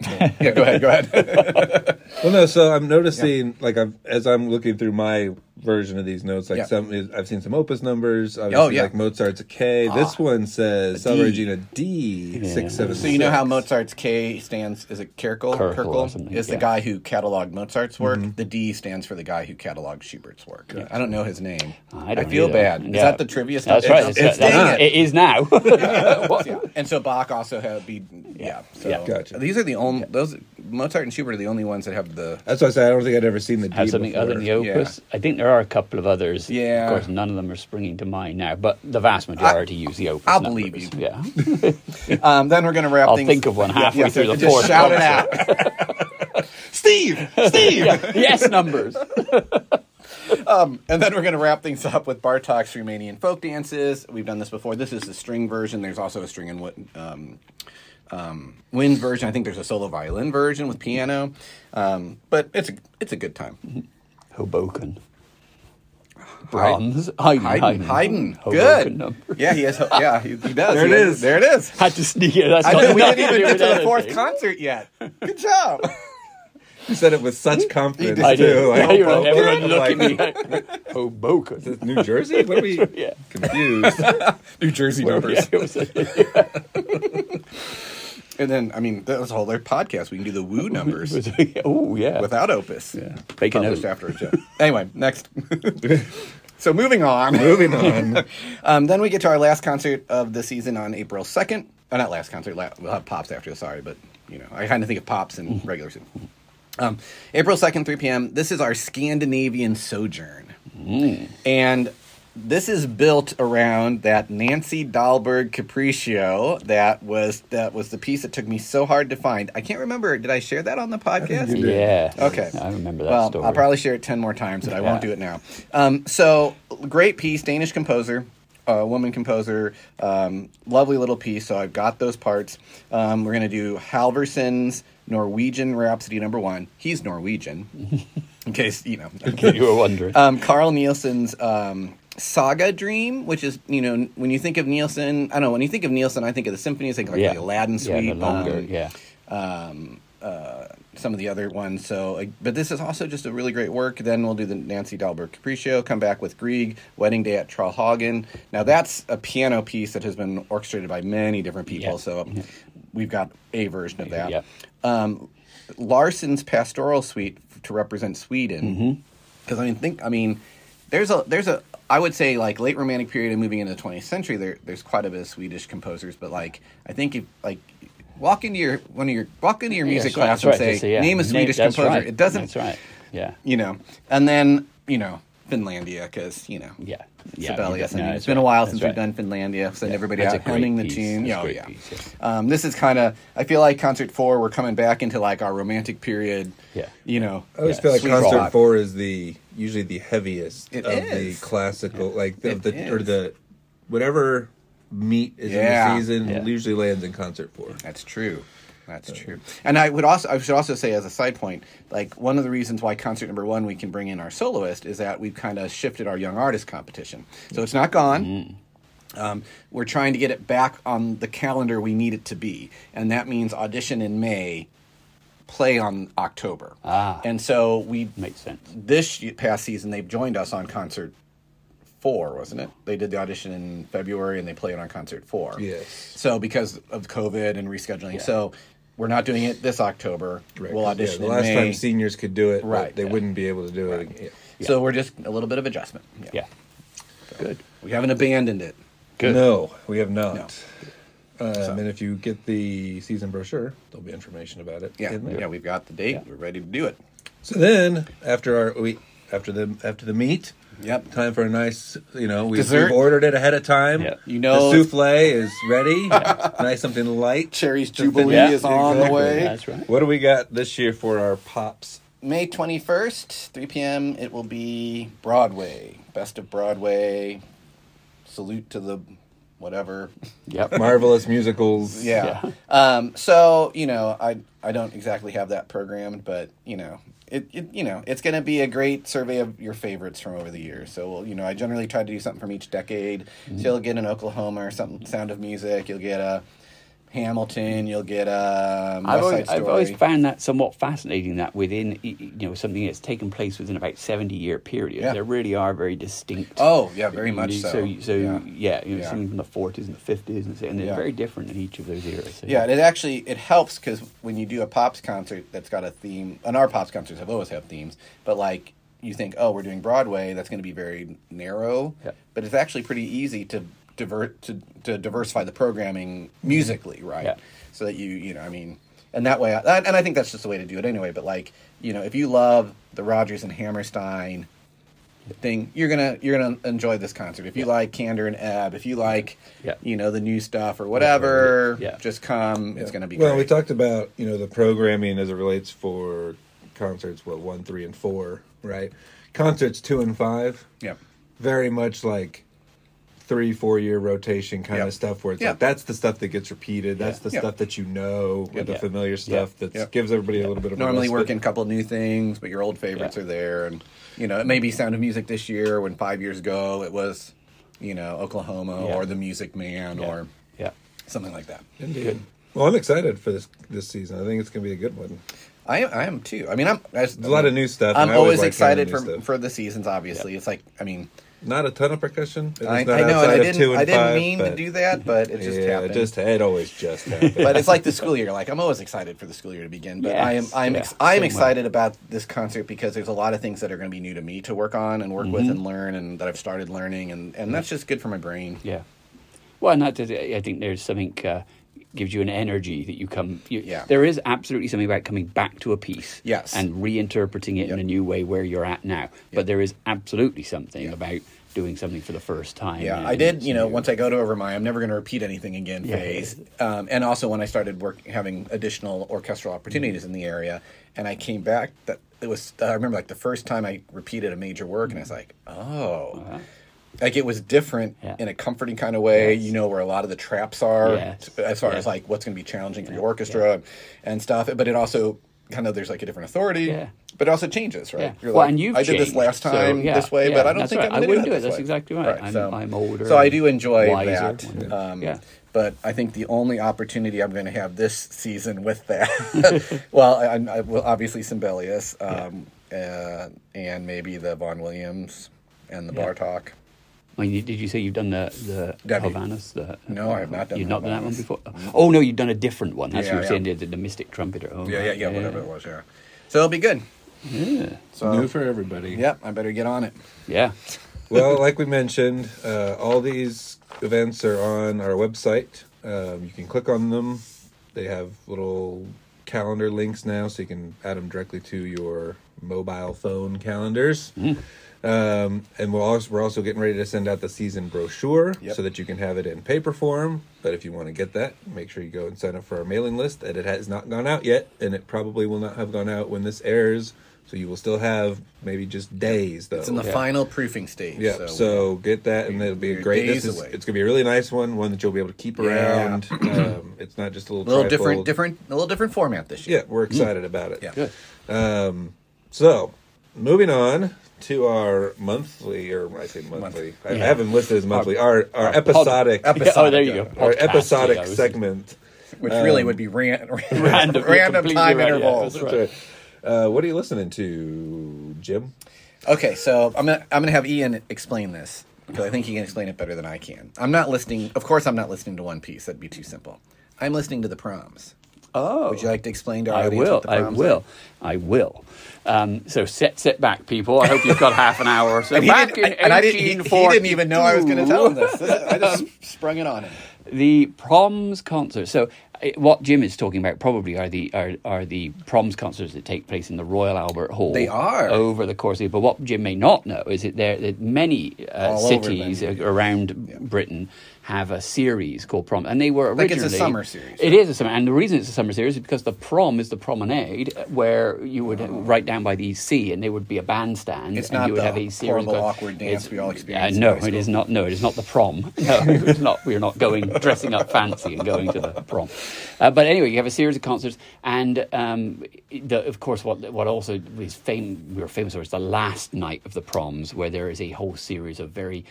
Speaker 3: yeah, go ahead, go ahead.
Speaker 2: Well, no. So I'm noticing, like, I've, as I'm looking through my version of these notes, like
Speaker 3: Yeah. Oh,
Speaker 2: some is, I've seen some Opus numbers. Obviously,
Speaker 3: yeah. Ah.
Speaker 2: like Mozart's a K. This one says Salve Regina D six seven.
Speaker 3: So you know how Mozart's K stands is it Kerkel?
Speaker 4: Kerkel or something,
Speaker 3: is
Speaker 4: yeah.
Speaker 3: the guy who cataloged Mozart's work. The D stands for the guy who cataloged Schubert's work. I don't know his name.
Speaker 4: I don't
Speaker 3: feel
Speaker 4: either.
Speaker 3: bad. Is
Speaker 4: Yeah.
Speaker 3: that the trivia stuff?
Speaker 4: That's right.
Speaker 3: It's, it's-
Speaker 4: It's, that's-
Speaker 3: dang it.
Speaker 4: it is now. What?
Speaker 3: And so Bach also had be yeah. So
Speaker 4: Yeah.
Speaker 2: Gotcha.
Speaker 3: these are the only those Mozart and Schubert are the only ones that have the
Speaker 2: That's why I said I don't think I'd ever seen the D
Speaker 4: have something
Speaker 2: before.
Speaker 4: other than the opus. I think there are a couple of others.
Speaker 3: Yeah.
Speaker 4: Of course, none of them are springing to mind now, but the vast majority use the opus.
Speaker 3: I'll believe
Speaker 4: numbers.
Speaker 3: you.
Speaker 4: Yeah.
Speaker 3: Um, then we're going to wrap
Speaker 4: I'll
Speaker 3: things.
Speaker 4: think of one halfway through the
Speaker 3: just
Speaker 4: fourth
Speaker 3: shout it out. Steve, Steve.
Speaker 4: yes, numbers.
Speaker 3: And then we're going to wrap things up with Bartok's Romanian folk dances. We've done this before. This is the string version. There's also a string and wi- um, um, wind version. I think there's a solo violin version with piano. Um, but it's a, it's a good time.
Speaker 4: Hoboken. Brahms. Haydn.
Speaker 3: Haydn.
Speaker 4: Haydn.
Speaker 3: Haydn.
Speaker 4: Hoboken
Speaker 3: Good.
Speaker 4: numbers.
Speaker 3: Yeah, he has. Yeah, he, he does.
Speaker 2: There
Speaker 3: He
Speaker 2: it
Speaker 3: has-
Speaker 2: is.
Speaker 3: There it is.
Speaker 4: Had to sneak it. That's
Speaker 3: I
Speaker 4: got
Speaker 3: know we
Speaker 4: nothing
Speaker 3: didn't even
Speaker 4: do
Speaker 3: get
Speaker 4: with
Speaker 3: to the fourth
Speaker 4: anything.
Speaker 3: concert yet. Good job.
Speaker 2: You said it with such confidence
Speaker 4: I
Speaker 2: too.
Speaker 4: did. Yeah,
Speaker 2: Like,
Speaker 4: you're
Speaker 2: Hoboken?
Speaker 4: right. Everyone
Speaker 2: I'm
Speaker 4: looked at me.
Speaker 2: like,
Speaker 4: like, Hoboken.
Speaker 2: New Jersey? What are we
Speaker 4: Yeah.
Speaker 2: confused?
Speaker 3: New Jersey
Speaker 4: Yeah, it was a-
Speaker 3: And then, I mean, that was a whole other podcast. We can do the woo numbers.
Speaker 4: oh yeah.
Speaker 3: without Opus. Yeah.
Speaker 4: Make a
Speaker 3: Published
Speaker 4: note.
Speaker 3: after a jet. anyway, next. so moving on.
Speaker 2: Moving on.
Speaker 3: Um, then we get to our last concert of the season on April 2nd. Oh, not last concert. La- we'll have Pops after, sorry. But, you know, I kind of think of Pops in regular season. Um, April 2nd, 3 p.m. This is our Scandinavian sojourn. And this is built around that Nancy Dahlberg Capriccio that was that was the piece that took me so hard to find. I can't remember. Did I share that on the podcast?
Speaker 2: you did.
Speaker 4: Yeah.
Speaker 3: Okay.
Speaker 4: I remember that
Speaker 3: well,
Speaker 4: story.
Speaker 3: I'll probably share it 10 more times, but I won't
Speaker 4: Yeah.
Speaker 3: do it now. Um, so, great piece, Danish composer, uh, woman composer, um, lovely little piece. So, I've got those parts. Um, we're going to do Halvorson's Norwegian Rhapsody number one. He's Norwegian, in case, you know. Uh,
Speaker 4: you were wondering.
Speaker 3: Um, Carl Nielsen's um, Saga Dream, which is you know when you think of Nielsen, I don't know when you think of Nielsen, I think of the symphonies, I think like
Speaker 4: Yeah.
Speaker 3: the Aladdin
Speaker 4: Yeah, the
Speaker 3: Suite,
Speaker 4: longer,
Speaker 3: um,
Speaker 4: yeah.
Speaker 3: um, uh, some of the other ones. So, uh, but this is also just a really great work. Then we'll do the Nancy Dalberg Capriccio, come back with Grieg, Wedding Day at Tralhagen. Now that's a piano piece that has been orchestrated by many different people.
Speaker 4: Yeah. Mm-hmm.
Speaker 3: So we've got a version of that.
Speaker 4: Yeah.
Speaker 3: Um, Larson's Pastoral Suite f- to represent
Speaker 4: Mm-hmm.
Speaker 3: Sweden. Because I mean, think I mean, there's a there's a I would say like late Romantic period and moving into the 20th century. There there's quite a bit of Swedish composers, but like I think if like walk into your one of your walk into your music
Speaker 4: That's right,
Speaker 3: class
Speaker 4: that's right,
Speaker 3: and say
Speaker 4: just say, yeah,
Speaker 3: name a Swedish
Speaker 4: that's
Speaker 3: composer.
Speaker 4: right,
Speaker 3: It doesn't
Speaker 4: That's right. Yeah.
Speaker 3: you know, and then you know Finlandia because you know
Speaker 4: Yeah. Yeah,
Speaker 3: Sibelius.
Speaker 4: you bet-
Speaker 3: I
Speaker 4: no,
Speaker 3: mean,
Speaker 4: that's
Speaker 3: it's been a
Speaker 4: right,
Speaker 3: while
Speaker 4: that's
Speaker 3: since
Speaker 4: right.
Speaker 3: we've done Finlandia, so then everybody
Speaker 4: that's
Speaker 3: out
Speaker 4: a great
Speaker 3: humming the
Speaker 4: piece,
Speaker 3: tune.
Speaker 4: that's a
Speaker 3: Yeah,
Speaker 4: great
Speaker 3: yeah.
Speaker 4: piece,
Speaker 3: Um, this is kind of I feel like concert four. We're coming back into like our romantic period.
Speaker 4: Yeah.
Speaker 3: you know.
Speaker 2: I always
Speaker 4: Yeah,
Speaker 2: feel like
Speaker 3: sweet
Speaker 2: concert
Speaker 3: rock.
Speaker 2: four is the usually the heaviest
Speaker 3: It
Speaker 2: of
Speaker 3: is.
Speaker 2: the classical, like
Speaker 3: It
Speaker 2: of the or
Speaker 3: is.
Speaker 2: the whatever meat is
Speaker 3: Yeah.
Speaker 2: in the season
Speaker 4: Yeah.
Speaker 2: usually lands in concert four.
Speaker 3: That's true. That's true. And I would also I should also say as a side point, like one of the reasons why concert number one we can bring in our soloist is that we've kind of shifted our young artist competition. So it's not gone.
Speaker 4: Mm-hmm.
Speaker 3: Um, we're trying to get it back on the calendar we need it to be, and that means audition in May, play on October.
Speaker 4: Ah.
Speaker 3: And so we
Speaker 4: Makes sense.
Speaker 3: this y- past season they've joined us on concert four wasn't it they did the audition in february and they played on concert four
Speaker 2: Yes.
Speaker 3: so because of covid and rescheduling so we're not doing it this october
Speaker 2: Right,
Speaker 3: we'll
Speaker 2: 'cause, yeah,
Speaker 3: audition
Speaker 2: the
Speaker 3: in
Speaker 2: last
Speaker 3: May.
Speaker 2: time seniors could do it, right?
Speaker 3: Right,
Speaker 2: They
Speaker 3: yeah.
Speaker 2: wouldn't be able to do it. Again.
Speaker 3: so we're just a little bit of adjustment yeah.
Speaker 4: Yeah. Good.
Speaker 3: we haven't abandoned it
Speaker 4: Good.
Speaker 2: No, we have not. Um, And if you get the season brochure, there'll be information about it.
Speaker 3: yeah
Speaker 2: in there.
Speaker 3: yeah we've got the date we're ready to do it
Speaker 2: So then, after our we after the after the meat,
Speaker 3: Yep.
Speaker 2: time for a nice you know we,
Speaker 3: Dessert.
Speaker 2: we've ordered it ahead of time.
Speaker 4: Yeah.
Speaker 3: You know-
Speaker 2: the souffle is ready. Nice something light.
Speaker 3: Cherry's
Speaker 2: to finish.
Speaker 3: Jubilee
Speaker 4: Yeah.
Speaker 3: is on the way.
Speaker 4: That's right.
Speaker 2: What do we got this year for our pops?
Speaker 3: May 21st, 3 p.m., it will be Broadway. Best of Broadway. Salute to the whatever.
Speaker 4: Yep.
Speaker 2: Marvelous musicals.
Speaker 3: Yeah. Um, so, you know, I I don't exactly have that programmed, but, you know, it, it you know, it's going to be a great survey of your favorites from over the years. So, well, you know, I generally try to do something from each decade. So you'll get an Oklahoma or something Sound of Music, you'll get a Hamilton, you'll get a West
Speaker 4: I've
Speaker 3: Side
Speaker 4: always,
Speaker 3: Story.
Speaker 4: I've always found that somewhat fascinating that within y- y- you know something that's taken place within about 70 year period
Speaker 3: Yeah.
Speaker 4: there really are very distinct
Speaker 3: Oh, yeah, very much so.
Speaker 4: so so
Speaker 3: Yeah.
Speaker 4: yeah, you know,
Speaker 3: Yeah.
Speaker 4: something from the 40s and the 50s and, so- and they're
Speaker 3: Yeah.
Speaker 4: very different in each of those eras so,
Speaker 3: Yeah, and it actually it helps because when you do a pops concert that's got a theme, and our pops concerts have always have themes, but like you think, oh, we're doing Broadway, that's going to be very narrow,
Speaker 4: Yeah.
Speaker 3: but it's actually pretty easy to divert to, to diversify the programming musically, right?
Speaker 4: Mm-hmm. Yeah.
Speaker 3: So that you you know I mean, and that way, I, and I think that's just the way to do it anyway. But like you know, if you love the Rogers and Hammerstein thing you're gonna you're gonna enjoy this concert if you like candor and ebb if you like
Speaker 4: Yeah.
Speaker 3: you know the new stuff or whatever
Speaker 4: Yeah.
Speaker 3: just come it's gonna be
Speaker 2: well.
Speaker 3: great.
Speaker 2: We talked about you know the programming as it relates for concerts. What one, three, and four, right? Concerts two and five.
Speaker 3: yeah
Speaker 2: very much like three four year rotation kind
Speaker 3: Yep.
Speaker 2: of stuff where it's
Speaker 3: Yeah.
Speaker 2: like that's the stuff that gets repeated that's the
Speaker 3: Yeah.
Speaker 2: stuff that you know or the
Speaker 4: Yeah.
Speaker 2: familiar stuff that
Speaker 3: Yeah.
Speaker 2: gives everybody a little bit of
Speaker 3: normally
Speaker 2: a respite.
Speaker 3: working a couple new things but your old favorites
Speaker 4: Yeah.
Speaker 3: are there and you know it may be sound of music this year when five years ago it was you know oklahoma
Speaker 4: Yeah.
Speaker 3: or the music man
Speaker 4: yeah,
Speaker 3: or
Speaker 4: yeah.
Speaker 3: something like that
Speaker 2: Indeed. well i'm excited for this this season i think it's going to be a good one
Speaker 3: I am, I am too. I mean, I'm there's
Speaker 2: a lot of new stuff,
Speaker 3: I'm
Speaker 2: and I always
Speaker 3: always
Speaker 2: like finding
Speaker 3: excited
Speaker 2: new
Speaker 3: for
Speaker 2: stuff.
Speaker 3: for the seasons. Obviously, it's like I mean,
Speaker 2: not a ton of percussion It's
Speaker 3: I,
Speaker 2: not
Speaker 3: I know, and I
Speaker 2: outside of
Speaker 3: didn't,
Speaker 2: two and
Speaker 3: I didn't
Speaker 2: five,
Speaker 3: mean to
Speaker 2: but-
Speaker 3: do that, but it just
Speaker 2: yeah,
Speaker 3: happened.
Speaker 2: it just it always just happened
Speaker 3: but it's like the school year. Like I'm always excited for the school year to begin. But I am
Speaker 4: Yes,
Speaker 3: I'm
Speaker 4: yeah,
Speaker 3: ex- I'm
Speaker 4: same
Speaker 3: excited about this concert because there's a lot of things that are going to be new to me to work on and work with and learn and that I've started learning and and that's just good for my brain.
Speaker 4: Yeah. Well, and that does, I think there's something uh, gives you an energy that you come. You,
Speaker 3: Yeah.
Speaker 4: There is absolutely something about coming back to a piece.
Speaker 3: Yes.
Speaker 4: And reinterpreting it
Speaker 3: Yep.
Speaker 4: in a new way where you're at now. But there is absolutely something about doing something for the first time.
Speaker 3: Yeah,
Speaker 4: and
Speaker 3: I did.
Speaker 4: it's
Speaker 3: You know,
Speaker 4: new.
Speaker 3: once I go to over my, I'm never going to repeat anything again
Speaker 4: Yeah.
Speaker 3: phase. Um, and also when I started work, having additional orchestral opportunities in the area, and I came back. That it was. I remember like the first time I repeated a major work, and it's like, oh. Like it was different
Speaker 4: Uh-huh. Yeah.
Speaker 3: in a comforting kind of way, you know, where a lot of the traps are
Speaker 4: Yes.
Speaker 3: t- as far
Speaker 4: Yeah.
Speaker 3: as like what's going to be challenging for your orchestra and stuff. But it also kind of there's like a different authority.
Speaker 4: Yeah.
Speaker 3: But it also changes, right?
Speaker 4: Yeah.
Speaker 3: You're
Speaker 4: Well,
Speaker 3: like,
Speaker 4: and you've
Speaker 3: I did this
Speaker 4: changed,
Speaker 3: last
Speaker 4: so,
Speaker 3: time
Speaker 4: yeah,
Speaker 3: this way,
Speaker 4: yeah,
Speaker 3: but I don't
Speaker 4: that's
Speaker 3: think
Speaker 4: right.
Speaker 3: I'm
Speaker 4: I
Speaker 3: going to
Speaker 4: wouldn't
Speaker 3: do
Speaker 4: do
Speaker 3: it
Speaker 4: it.
Speaker 3: this
Speaker 4: That's
Speaker 3: way.
Speaker 4: exactly right. I'm- I'm older
Speaker 3: So I
Speaker 4: and
Speaker 3: do enjoy
Speaker 4: wiser,
Speaker 3: that.
Speaker 4: whatever.
Speaker 3: Um,
Speaker 4: Yeah.
Speaker 3: But I think the only opportunity I'm going to have this season with that, well, I, I'm- I will obviously Symbelius, um, uh, and maybe the Vaughn Williams and the Bar Talk.
Speaker 4: I mean, Oh, you- did you say you've done the the
Speaker 3: Debbie.
Speaker 4: Havanas? The, uh,
Speaker 3: No, I have not done
Speaker 4: You've
Speaker 3: the
Speaker 4: not done that one
Speaker 3: Havanas.
Speaker 4: before. Oh no, you've done a different one. That's
Speaker 3: Yeah,
Speaker 4: what you're
Speaker 3: yeah.
Speaker 4: saying. The, the Mystic Trumpeter. Oh,
Speaker 3: Yeah, yeah,
Speaker 4: right,
Speaker 3: yeah, whatever it was, yeah. So it'll be good.
Speaker 4: Yeah,
Speaker 3: So,
Speaker 2: New for everybody.
Speaker 3: yep, I better get on it.
Speaker 4: yeah.
Speaker 2: well, like we mentioned, uh, all these events are on our website. Um, you can click on them. They have little calendar links now, so you can add them directly to your mobile phone calendars.
Speaker 3: Mm-hmm.
Speaker 2: Um, and we'll also, we're also getting ready to send out the season brochure
Speaker 3: Yep.
Speaker 2: so that you can have it in paper form. But if you want to get that, make sure you go and sign up for our mailing list. And it has not gone out yet, and it probably will not have gone out when this airs. So you will still have maybe just days. Though
Speaker 3: It's in the
Speaker 4: Yeah.
Speaker 3: final proofing stage.
Speaker 2: yeah, so,
Speaker 3: so,
Speaker 2: get that, and it'll be a
Speaker 3: You're
Speaker 2: great.
Speaker 3: days
Speaker 2: This is,
Speaker 3: away.
Speaker 2: it's gonna be a really nice one, one that you'll be able to keep around. um, it's not just a little
Speaker 3: a little different,
Speaker 2: trifold.
Speaker 3: different, a little different format this year.
Speaker 2: Yeah, we're excited about it.
Speaker 3: Yeah.
Speaker 4: Good.
Speaker 2: So, moving on to our monthly, or I say monthly. I, I haven't listed as monthly. Our our, episodic,
Speaker 3: pod-
Speaker 4: Yeah, oh, there you go.
Speaker 3: episodic,
Speaker 2: our
Speaker 4: Podcast,
Speaker 2: episodic
Speaker 4: yeah, I was-
Speaker 2: segment.
Speaker 3: Which really would be ran, random,
Speaker 4: Random,
Speaker 3: random,
Speaker 4: Um, completely
Speaker 3: time
Speaker 4: random, yeah,
Speaker 3: intervals.
Speaker 4: that's right.
Speaker 2: Sorry. Uh, what are you listening to, Jim?
Speaker 3: Okay, so I'm gonna I'm gonna have Ian explain this because I think he can explain it better than I can. I'm not listening. Of course, I'm not listening to One Piece. That'd be too simple. I'm listening to the Proms.
Speaker 4: Oh,
Speaker 3: Would you like to explain to our
Speaker 4: I
Speaker 3: audience
Speaker 4: will.
Speaker 3: what the eh?
Speaker 4: I
Speaker 3: Proms
Speaker 4: will. I will. Um, so set, set back, people. I hope you've got half an hour or so.
Speaker 3: And, he
Speaker 4: back
Speaker 3: didn't,
Speaker 4: in
Speaker 3: and I didn't, he, he didn't even know I was going to
Speaker 4: 1842.
Speaker 3: tell him this. This is- I just sprung it on him.
Speaker 4: the proms concerts. So, uh, what Jim is talking about probably are the are, are the proms concerts that take place in the Royal Albert Hall.
Speaker 3: They are.
Speaker 4: over the course of. the But what Jim may not know is that there that many uh,
Speaker 3: All over
Speaker 4: cities
Speaker 3: them.
Speaker 4: a- around Britain have a series called prom, and they were
Speaker 3: Like
Speaker 4: originally
Speaker 3: it's a summer series,
Speaker 4: It is a summer, and the reason it's a summer series is because the prom is the promenade uh, where you would uh, right down by the sea, and there would be a bandstand,
Speaker 3: Ah. It's
Speaker 4: and
Speaker 3: not
Speaker 4: you would
Speaker 3: the
Speaker 4: have a series
Speaker 3: horrible,
Speaker 4: going-
Speaker 3: awkward dance we all
Speaker 4: uh,
Speaker 3: experienced in
Speaker 4: no,
Speaker 3: high
Speaker 4: it is
Speaker 3: school.
Speaker 4: not. No, it is not the prom. No, it's not. We're not going dressing up fancy and going to the prom. Uh, but anyway, you have a series of concerts, and um, the, of course, what what also is fame we are famous for is the last night of the proms, where there is a whole series of very.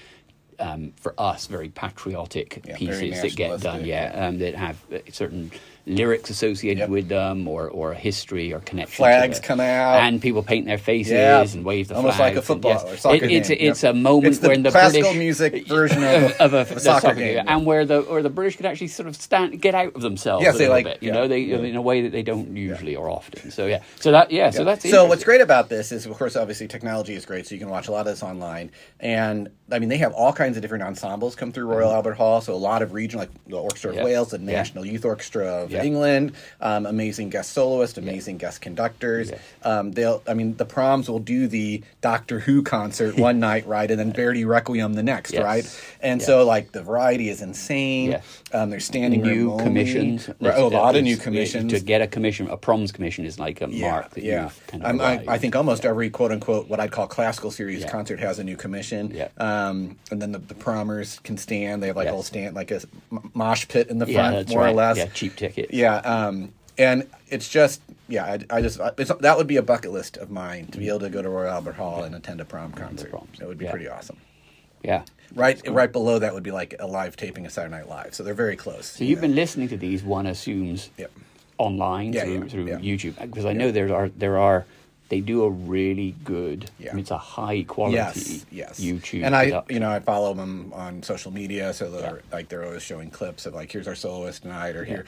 Speaker 4: Um, for us, very patriotic
Speaker 3: Yeah, very
Speaker 4: pieces that get done,
Speaker 3: nationalistic.
Speaker 4: yeah, um, that have uh, certain lyrics associated
Speaker 3: Yep.
Speaker 4: with them, or or history or connection. to
Speaker 3: Flags
Speaker 4: the-
Speaker 3: come out.
Speaker 4: and people paint their faces
Speaker 3: Yeah.
Speaker 4: and wave the
Speaker 3: Almost
Speaker 4: flags.
Speaker 3: like a
Speaker 4: and
Speaker 3: football
Speaker 4: yes.
Speaker 3: or soccer
Speaker 4: It- it's,
Speaker 3: game.
Speaker 4: a- it's
Speaker 3: Yep.
Speaker 4: a moment
Speaker 3: It's the
Speaker 4: when the
Speaker 3: classical
Speaker 4: British
Speaker 3: music version of,
Speaker 4: of a,
Speaker 3: of
Speaker 4: the
Speaker 3: a
Speaker 4: soccer, game,
Speaker 3: yeah.
Speaker 4: and where the or the British could actually sort of stand, get out of themselves.
Speaker 3: Yes,
Speaker 4: a
Speaker 3: they
Speaker 4: little
Speaker 3: like-
Speaker 4: bit, you
Speaker 3: yeah,
Speaker 4: know, they in a way that they don't usually or often. So yeah, so that yeah, so that's
Speaker 3: so what's
Speaker 4: interesting.
Speaker 3: great about this is of course obviously technology is great so you can watch a lot of this online and i mean they have all kinds of different ensembles come through royal albert hall so a lot of regional like the orchestra of
Speaker 4: Mm-hmm. Yeah.
Speaker 3: wales the
Speaker 4: Yeah.
Speaker 3: national youth orchestra of
Speaker 4: Yeah.
Speaker 3: england um, amazing guest soloists amazing guest conductors um, they'll i mean the proms will do the doctor who concert one night right and then verdi requiem the next
Speaker 4: Yes.
Speaker 3: right and
Speaker 4: Yeah.
Speaker 3: so like the variety is insane
Speaker 4: Yeah.
Speaker 3: um, they're standing
Speaker 4: New
Speaker 3: room
Speaker 4: commissions,
Speaker 3: only. Right, oh, a
Speaker 4: There's-
Speaker 3: lot of new
Speaker 4: there's-
Speaker 3: commissions
Speaker 4: To get a commission, a proms commission is like a mark that you've kind of.
Speaker 3: I'm- I, I
Speaker 4: arrived.
Speaker 3: think almost every quote unquote what I'd call classical series
Speaker 4: Yeah.
Speaker 3: concert has a new commission.
Speaker 4: Yeah.
Speaker 3: Um, and then the, the promers can stand. They have like
Speaker 4: Yes.
Speaker 3: a whole stand, like a s- m- mosh pit in the
Speaker 4: yeah,
Speaker 3: front,
Speaker 4: that's
Speaker 3: more
Speaker 4: right.
Speaker 3: or less.
Speaker 4: yeah, cheap tickets.
Speaker 3: Yeah, um, and it's just yeah, I, I just I, it's, that would be a bucket list of mine to be
Speaker 4: Mm-hmm.
Speaker 3: able to go to Royal Albert Hall and attend a prom concert.
Speaker 4: proms.
Speaker 3: It would be
Speaker 4: Yeah.
Speaker 3: pretty awesome.
Speaker 4: yeah.
Speaker 3: Right, right below that would be like a live taping of Saturday Night Live. So they're very close.
Speaker 4: So you've been listening to these, one assumes,
Speaker 3: Yep.
Speaker 4: online
Speaker 3: Yeah,
Speaker 4: through,
Speaker 3: yeah,
Speaker 4: through
Speaker 3: yeah.
Speaker 4: YouTube because I know there are there are they do a really good. I
Speaker 3: Yeah.
Speaker 4: mean, it's a high quality
Speaker 3: yes, yes.
Speaker 4: YouTube.
Speaker 3: and I,
Speaker 4: production.
Speaker 3: you know, I follow them on social media, so they're like they're always showing clips of like here's our soloist tonight or here.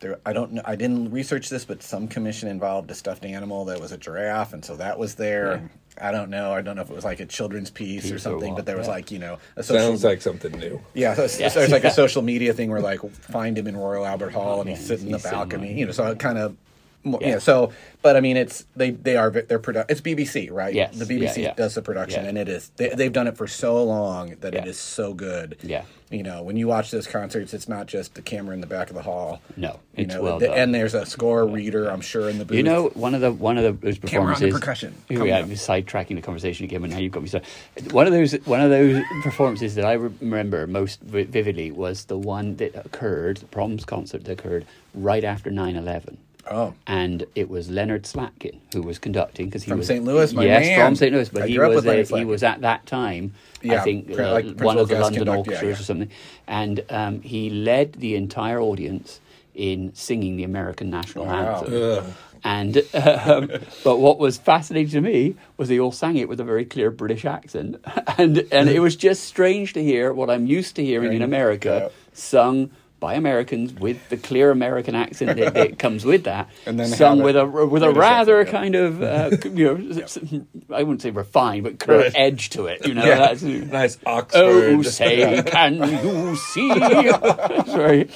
Speaker 3: There, I don't know. I didn't research this, but some commission involved a stuffed animal that was a giraffe, and so that was there. I don't know. I don't know if it was like a children's piece,
Speaker 4: Piece or
Speaker 3: or something,
Speaker 4: what,
Speaker 3: but there was
Speaker 4: yeah.
Speaker 3: like you know a social
Speaker 2: Sounds like something new.
Speaker 3: yeah, so it's,
Speaker 4: Yeah.
Speaker 3: so it's like a social media thing where like find him in Royal Albert Hall and he's
Speaker 4: Yeah,
Speaker 3: sitting in the
Speaker 4: he's sitting
Speaker 3: balcony,
Speaker 4: on-
Speaker 3: you know. So it kind of yeah.
Speaker 4: Yeah.
Speaker 3: So, but I mean, it's they they are they're produ- It's BBC, right?
Speaker 4: Yes,
Speaker 3: The BBC
Speaker 4: yeah, yeah.
Speaker 3: does the production,
Speaker 4: Yeah.
Speaker 3: and it is they, they've done it for so long that it
Speaker 4: Yeah.
Speaker 3: is so good.
Speaker 4: Yeah.
Speaker 3: You know, when you watch those concerts, it's not just the camera in the back of the hall.
Speaker 4: No,
Speaker 3: you
Speaker 4: it's
Speaker 3: know,
Speaker 4: well
Speaker 3: the-
Speaker 4: done.
Speaker 3: and there's a score reader, I'm sure, in the booth.
Speaker 4: You know, one of the one of the, those
Speaker 3: Camera on
Speaker 4: performances.
Speaker 3: the percussion.
Speaker 4: Here
Speaker 3: Coming
Speaker 4: we are,
Speaker 3: up.
Speaker 4: sidetracking the conversation again, but now you've got me. So, one of those one of those performances that I remember most vi- vividly was the one that occurred, the Proms concert that occurred right after 9-11.
Speaker 2: Oh.
Speaker 4: and it was Leonard Slatkin who was conducting because he
Speaker 2: From
Speaker 4: was
Speaker 2: St. Louis, my
Speaker 4: yes,
Speaker 2: man.
Speaker 4: from St. Louis, but
Speaker 2: I
Speaker 4: he
Speaker 2: grew up
Speaker 4: was
Speaker 2: with Leonard
Speaker 4: a, he
Speaker 2: Slatkin.
Speaker 4: was at that time. I
Speaker 2: Yeah,
Speaker 4: think
Speaker 2: pr-
Speaker 4: uh,
Speaker 2: like
Speaker 4: one
Speaker 2: principal
Speaker 4: of the
Speaker 2: gas
Speaker 4: London
Speaker 2: conductor, yeah,
Speaker 4: orchestras or
Speaker 2: yeah.
Speaker 4: something, and um, he led the entire audience in singing the American national anthem.
Speaker 2: Ugh.
Speaker 4: And um, but what was fascinating to me was they all sang it with a very clear British accent, and and it was just strange to hear what I'm used to hearing in America sung by Americans with the clear American accent that, that comes with that,
Speaker 2: And then
Speaker 4: sung
Speaker 2: have
Speaker 4: with
Speaker 2: it
Speaker 4: a with a
Speaker 2: British
Speaker 4: rather
Speaker 2: accent, yeah.
Speaker 4: kind of uh, you know s- I wouldn't say refined but
Speaker 2: Right.
Speaker 4: curved edge to it, you know.
Speaker 2: Yeah.
Speaker 4: That's,
Speaker 2: Nice Oxford.
Speaker 4: Oh, say can you see? Sorry.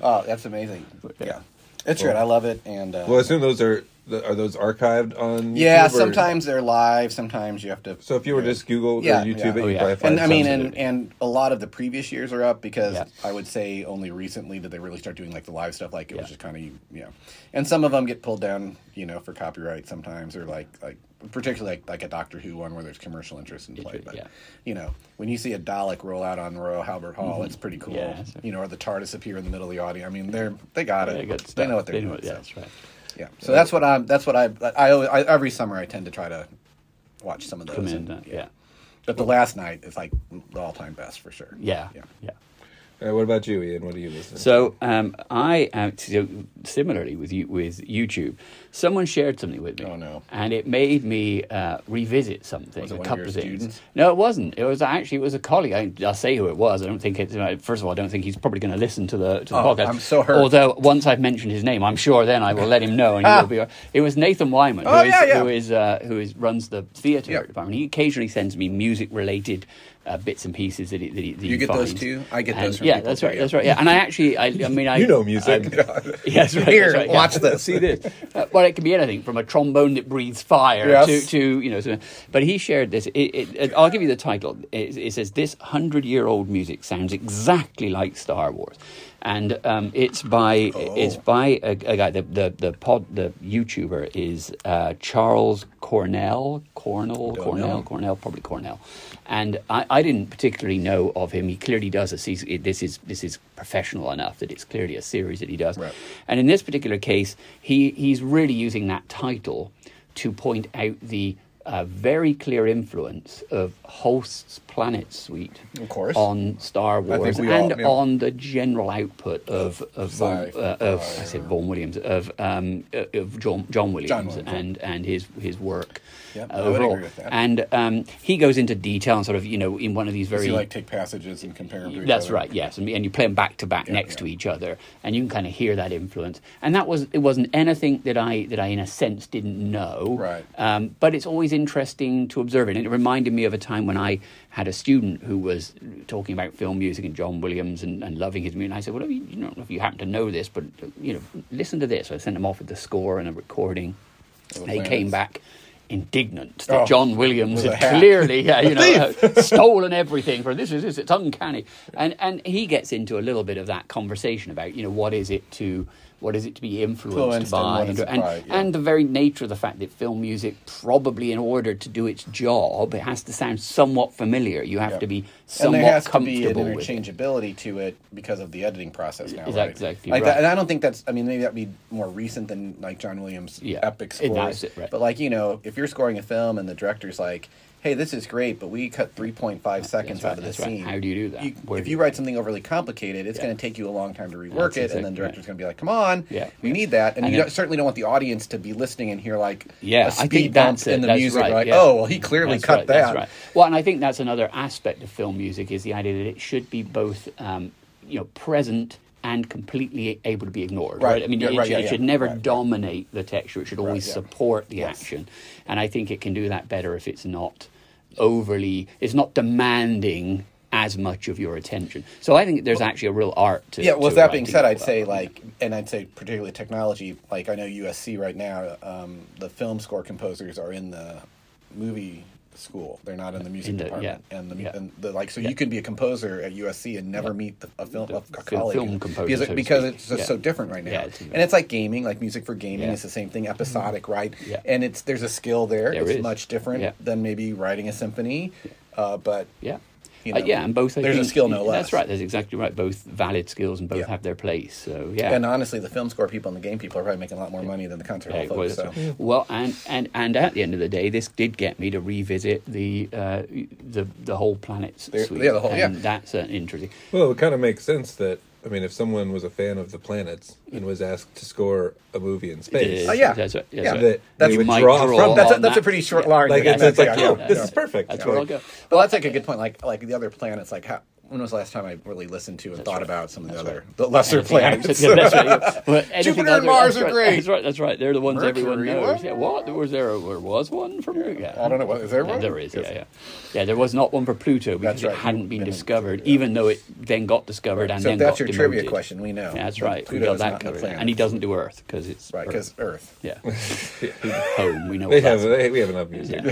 Speaker 3: Oh, that's amazing. Yeah, it's great. I love it. And uh,
Speaker 2: Well, I assume those are th- are those archived on.
Speaker 3: yeah,
Speaker 2: YouTube, or-
Speaker 3: sometimes they're live. Sometimes you have to.
Speaker 2: So if you were to just Google
Speaker 3: Yeah,
Speaker 2: or YouTube,
Speaker 3: yeah.
Speaker 2: it, you
Speaker 4: Oh, yeah.
Speaker 2: probably find
Speaker 3: and I mean,
Speaker 2: some-
Speaker 3: and, and a lot of the previous years are up because
Speaker 4: Yeah.
Speaker 3: I would say only recently did they really start doing like the live stuff. Like it
Speaker 4: Yeah.
Speaker 3: was just kind of you know, and some of them get pulled down, you know, for copyright sometimes, or like like particularly like, like a Doctor Who one where there's commercial interest in play. But
Speaker 4: yeah.
Speaker 3: you know, when you see a Dalek roll out on Royal Albert Hall, it's pretty cool.
Speaker 4: Mm-hmm. Yeah, that's right.
Speaker 3: You know, or the TARDIS appear in the middle of the audience. I mean, they're they got it.
Speaker 4: They
Speaker 3: They,
Speaker 4: got stuff.
Speaker 3: know what they're doing.
Speaker 4: yeah,
Speaker 3: so.
Speaker 4: that's right.
Speaker 3: Yeah. So that's what I'm. That's what I. I, always, I every summer I tend to try to watch some of those.
Speaker 4: Come in,
Speaker 3: and-
Speaker 4: uh, yeah.
Speaker 3: But the last night is like the all-time best for sure.
Speaker 4: Yeah.
Speaker 3: Yeah.
Speaker 4: Yeah.
Speaker 2: Uh, what about you, Ian? What do you listen? to?
Speaker 4: So um, I uh, so similarly with you with YouTube, someone shared something with me.
Speaker 3: Oh, no.
Speaker 4: And it made me uh, revisit something.
Speaker 3: Was it
Speaker 4: a
Speaker 3: one of
Speaker 4: couple
Speaker 3: your
Speaker 4: of things.
Speaker 3: students?
Speaker 4: No, it wasn't. It was actually it was a colleague. I, I'll say who it was. I don't think it's. uh, First of all, I don't think he's probably going to listen to the to the
Speaker 3: Oh,
Speaker 4: podcast.
Speaker 3: I'm so hurt.
Speaker 4: Although once I've mentioned his name, I'm sure then I will let him know, and he will be. It was Nathan Wyman,
Speaker 3: Ah. Oh,
Speaker 4: who is
Speaker 3: yeah, yeah.
Speaker 4: who is uh, who is runs the theatre
Speaker 3: Yeah.
Speaker 4: department. He occasionally sends me music related. Uh, bits and pieces that he, that he, that
Speaker 3: You
Speaker 4: he
Speaker 3: get those
Speaker 4: finds.
Speaker 3: too? I get
Speaker 4: And-
Speaker 3: those from
Speaker 4: yeah,
Speaker 3: people
Speaker 4: that's
Speaker 3: too,
Speaker 4: right.
Speaker 3: yeah.
Speaker 4: That's right. Yeah, and I actually, I, I mean, I
Speaker 2: you know music.
Speaker 4: I- Yes, right.
Speaker 3: Here,
Speaker 4: that's right, yeah.
Speaker 3: watch this.
Speaker 4: See this. Uh, well, it can be anything from a trombone that breathes fire
Speaker 2: Yes.
Speaker 4: to, to you know. So, but he shared this. It, it, it- I'll give you the title. It, it says this hundred-year-old music sounds exactly like Star Wars, and um, it's by
Speaker 3: Oh.
Speaker 4: it's by a, a guy. The, the the pod the YouTuber is uh, Charles Cornell. Cornell. Cornell. Cornell. Probably Cornell. And I, I didn't particularly know of him. He clearly does a season. it- This is this is professional enough that it's clearly a series that he does.
Speaker 3: Right.
Speaker 4: And in this particular case, he, he's really using that title to point out the uh, very clear influence of Holst's Planet Suite
Speaker 3: Of course.
Speaker 4: on Star Wars
Speaker 2: we all-
Speaker 4: and
Speaker 2: yeah.
Speaker 4: on the general output of of, Vaughan-
Speaker 3: Sci-fi.
Speaker 4: uh, of I said Vaughan Williams of um, uh, of John, John Williams,
Speaker 3: Williams, yeah.
Speaker 4: and and his his work
Speaker 3: Yep,
Speaker 4: uh,
Speaker 3: I would
Speaker 4: overall.
Speaker 3: agree with that.
Speaker 4: And um, he goes into detail and sort of you know in one of these very
Speaker 3: So you like take passages and compare them. To each
Speaker 4: that's
Speaker 3: other.
Speaker 4: right. Yes, and, and you play them back to back next
Speaker 3: yeah.
Speaker 4: to each other, and you can kind of hear that influence. And that was it wasn't anything that I that I in a sense didn't know.
Speaker 3: Right.
Speaker 4: Um, but it's always interesting to observe it, and it reminded me of a time when I had a student who was talking about film music and John Williams and, and loving his music. And I said, "Well, you, you don't know if you happen to know this, but you know, listen to this." So I sent him off with the score and a recording. They came
Speaker 3: planets.
Speaker 4: back. Indignant that
Speaker 3: Oh,
Speaker 4: John Williams
Speaker 3: with a
Speaker 4: had
Speaker 3: hat.
Speaker 4: clearly clearly, yeah, you know, uh, stolen everything. For this is this, it's uncanny. And and he gets into a little bit of that conversation about you know what is it to what is it to be
Speaker 3: Influenced
Speaker 4: influenced
Speaker 3: and
Speaker 4: by,
Speaker 3: what is it
Speaker 4: and
Speaker 3: by, yeah.
Speaker 4: and the very nature of the fact that film music probably, in order to do its job, it has to sound somewhat familiar. You have
Speaker 3: Yeah.
Speaker 4: to be
Speaker 3: And
Speaker 4: somewhat
Speaker 3: there has to be an
Speaker 4: comfortable with it.
Speaker 3: interchangeability to it because of the editing process now.
Speaker 4: Is
Speaker 3: right?
Speaker 4: that exactly
Speaker 3: like
Speaker 4: right?
Speaker 3: That, and I don't think that's. I mean, maybe that'd be more recent than like John Williams'
Speaker 4: Yeah,
Speaker 3: epic
Speaker 4: it-
Speaker 3: scores.
Speaker 4: that's it, right.
Speaker 3: But like you know, if you're scoring a film and the director's like, "Hey, this is great, but we cut 3.5 seconds
Speaker 4: right,
Speaker 3: out of this
Speaker 4: that's right.
Speaker 3: scene."
Speaker 4: How do you do that? Where
Speaker 3: if
Speaker 4: do
Speaker 3: you
Speaker 4: you-
Speaker 3: write something overly complicated, it's going to take you a long time to rework
Speaker 4: That's
Speaker 3: it, and then
Speaker 4: exact-
Speaker 3: the director's
Speaker 4: yeah.
Speaker 3: going to be like, "Come on,
Speaker 4: Yeah,
Speaker 3: we
Speaker 4: yeah.
Speaker 3: need that." And,
Speaker 4: And
Speaker 3: you
Speaker 4: it-
Speaker 3: don't- certainly don't want the audience to be listening and hear like,
Speaker 4: Yeah,
Speaker 3: a
Speaker 4: I
Speaker 3: speed
Speaker 4: think
Speaker 3: bump
Speaker 4: that's it.
Speaker 3: in the
Speaker 4: That's
Speaker 3: music.
Speaker 4: right,
Speaker 3: like,
Speaker 4: yeah.
Speaker 3: oh, well, he clearly
Speaker 4: That's
Speaker 3: cut
Speaker 4: right,
Speaker 3: that.
Speaker 4: That's right. Well, and I think that's another aspect of film music is the idea that it should be both, um, you know, present and completely able to be ignored. Right.
Speaker 3: Right,
Speaker 4: I mean,
Speaker 3: yeah,
Speaker 4: it,
Speaker 3: right,
Speaker 4: should,
Speaker 3: yeah,
Speaker 4: it
Speaker 3: yeah,
Speaker 4: should never
Speaker 3: right, right.
Speaker 4: dominate the texture. It should always
Speaker 3: yeah.
Speaker 4: support the action. And I think it can do that better if it's not overly. It's not demanding. As much of your attention, so I think there's actually a real art to.
Speaker 3: Yeah, well,
Speaker 4: to
Speaker 3: with that being
Speaker 4: writing
Speaker 3: said,
Speaker 4: it
Speaker 3: I'd
Speaker 4: well.
Speaker 3: say like, and I'd say particularly technology. Like, I know USC right now, um, the film score composers are in the movie school. They're not in the music
Speaker 4: In the-
Speaker 3: department,
Speaker 4: yeah,
Speaker 3: and the
Speaker 4: yeah.
Speaker 3: and the like. So you can be a composer at USC and never meet the, a film a
Speaker 4: fil-
Speaker 3: colleague
Speaker 4: film
Speaker 3: and-
Speaker 4: composer,
Speaker 3: because,
Speaker 4: so to
Speaker 3: because
Speaker 4: speak.
Speaker 3: it's just
Speaker 4: Yeah.
Speaker 3: so different right now.
Speaker 4: Yeah, it's-
Speaker 3: and it's like gaming, like music for gaming
Speaker 4: Yeah. Mm-hmm.
Speaker 3: is the same thing, episodic, right?
Speaker 4: Yeah.
Speaker 3: And it's there's a skill there.
Speaker 4: There
Speaker 3: it's
Speaker 4: is.
Speaker 3: much different
Speaker 4: Yeah.
Speaker 3: than maybe writing a symphony, uh, but
Speaker 4: Yeah.
Speaker 5: You
Speaker 4: Uh,
Speaker 5: know?
Speaker 4: yeah, and both. I
Speaker 3: There's a
Speaker 4: think-
Speaker 3: skill no less.
Speaker 4: That's right. That's exactly right. Both valid skills, and both have their place. So yeah.
Speaker 3: And honestly, the film score people and the game people are probably making a lot more money than the concert hall
Speaker 4: Yeah, well,
Speaker 3: folks.
Speaker 4: that's
Speaker 3: So.
Speaker 4: right. Well, and, and and at the end of the day, this did get me to revisit the uh, the the whole planet's
Speaker 3: The-
Speaker 4: suite.
Speaker 3: yeah, the whole-
Speaker 4: and
Speaker 3: yeah.
Speaker 4: that's uh, interesting.
Speaker 2: Well, it kind of makes sense that I mean, if someone was a fan of the planets and was asked to score a movie in space,
Speaker 4: Is-
Speaker 3: Oh, yeah.
Speaker 4: that's right. That's
Speaker 3: Yeah.
Speaker 4: right.
Speaker 2: That
Speaker 4: You
Speaker 2: they would
Speaker 4: might
Speaker 2: draw from
Speaker 3: That's a,
Speaker 4: on
Speaker 3: that's a
Speaker 4: that.
Speaker 3: pretty short,
Speaker 4: Yeah.
Speaker 3: large.
Speaker 2: like it's, it's like,
Speaker 3: yeah,
Speaker 2: oh,
Speaker 3: yeah.
Speaker 2: this is perfect.
Speaker 4: That's
Speaker 2: Like,
Speaker 4: where I'll go.
Speaker 3: Well, that's like a good point. Like like the other planets. Like how, when was the last time I really listened to and thought about some of the other the lesser planets?
Speaker 4: Yeah, that's right. Yeah. Well, anything
Speaker 5: Jupiter and
Speaker 4: other-
Speaker 5: Mars
Speaker 4: that's
Speaker 5: are
Speaker 4: right.
Speaker 5: great.
Speaker 4: That's right. That's right. They're the ones everyone
Speaker 5: Mercury,
Speaker 4: knows.
Speaker 5: what?
Speaker 4: Yeah, what was there? A, there was one for Mercury. Yeah.
Speaker 3: I don't know. Is there
Speaker 4: Yeah,
Speaker 3: one?
Speaker 4: there is. Yeah,
Speaker 3: Yes.
Speaker 4: yeah, yeah. There was not one for Pluto because
Speaker 3: That's right.
Speaker 4: it hadn't been
Speaker 3: Been
Speaker 4: discovered,
Speaker 3: observed, yeah.
Speaker 4: even though it then got discovered and
Speaker 3: So
Speaker 4: then
Speaker 3: if that's
Speaker 4: got
Speaker 3: your trivia
Speaker 4: demoted.
Speaker 3: question. We know.
Speaker 4: Yeah, that's right. We
Speaker 3: Pluto's
Speaker 4: got
Speaker 3: not the
Speaker 4: that covered,
Speaker 3: planet.
Speaker 4: and he doesn't do Earth because it's
Speaker 3: Right,
Speaker 4: Earth.
Speaker 3: because Earth.
Speaker 4: Yeah. Home, we know
Speaker 2: They
Speaker 4: what
Speaker 2: have
Speaker 4: that's
Speaker 2: they, we have enough music.